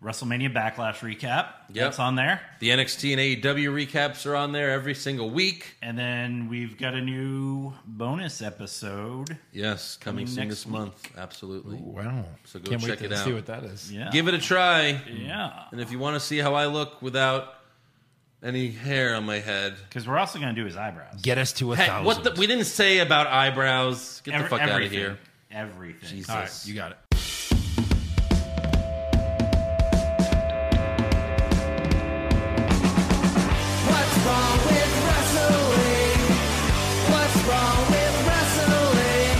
Speaker 5: WrestleMania Backlash recap. That's on there.
Speaker 3: The NXT and AEW recaps are on there every single week.
Speaker 5: And then we've got a new bonus episode.
Speaker 3: Yes, coming,
Speaker 5: Coming
Speaker 3: soon
Speaker 5: next
Speaker 3: this month. Absolutely.
Speaker 4: wow.
Speaker 3: So go
Speaker 4: Can't wait
Speaker 3: check
Speaker 4: to
Speaker 3: it out.
Speaker 4: see what that is.
Speaker 5: Yeah.
Speaker 3: Give it a try.
Speaker 5: Yeah.
Speaker 3: And if you want to see how I look without any hair on my head,
Speaker 5: Because we're also going to do his eyebrows.
Speaker 4: Get us to a
Speaker 3: Hey,
Speaker 4: thousand.
Speaker 3: what the, we didn't say about eyebrows. Get
Speaker 5: Every-
Speaker 3: the fuck out of
Speaker 5: everything.
Speaker 3: here.
Speaker 5: Everything.
Speaker 3: Jesus.
Speaker 4: All right, you got it.
Speaker 11: What's wrong with wrestling? What's wrong with wrestling?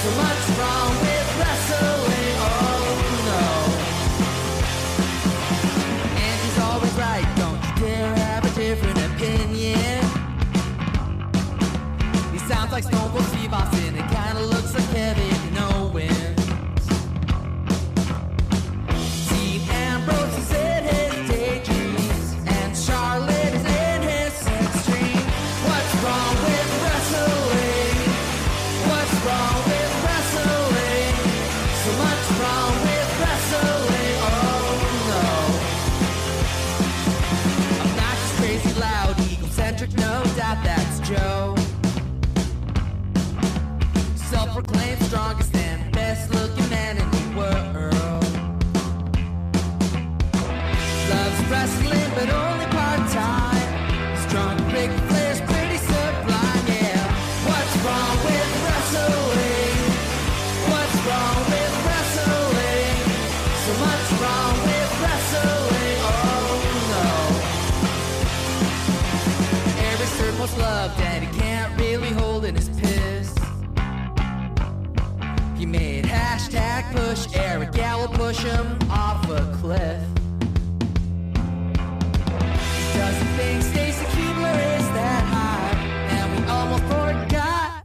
Speaker 11: So much wrong with wrestling. Oh no. And she's always right. Don't you dare have a different opinion. He sounds like Stone Cold Steve Austin. It kinda looks like Kevin Owens. Dean Ambrose is in his daydreams, and Charlotte is in his sex dream. What's wrong with wrestling? What's wrong with wrestling? So much wrong with wrestling. Oh no. Obnoxious, crazy, loud, egocentric, no doubt that's Joe. Self-proclaimed strongest and best-looking man in the world. Loves wrestling, but only part time. Strong big players, pretty sublime, yeah. What's wrong with wrestling? What's wrong with wrestling? So much wrong with wrestling, oh no. Every circle's love that he can't really hold in his piss. He made hashtag push Eric Gallo push him off a cliff. Doesn't think Stacy Keebler is that hot. And we almost forgot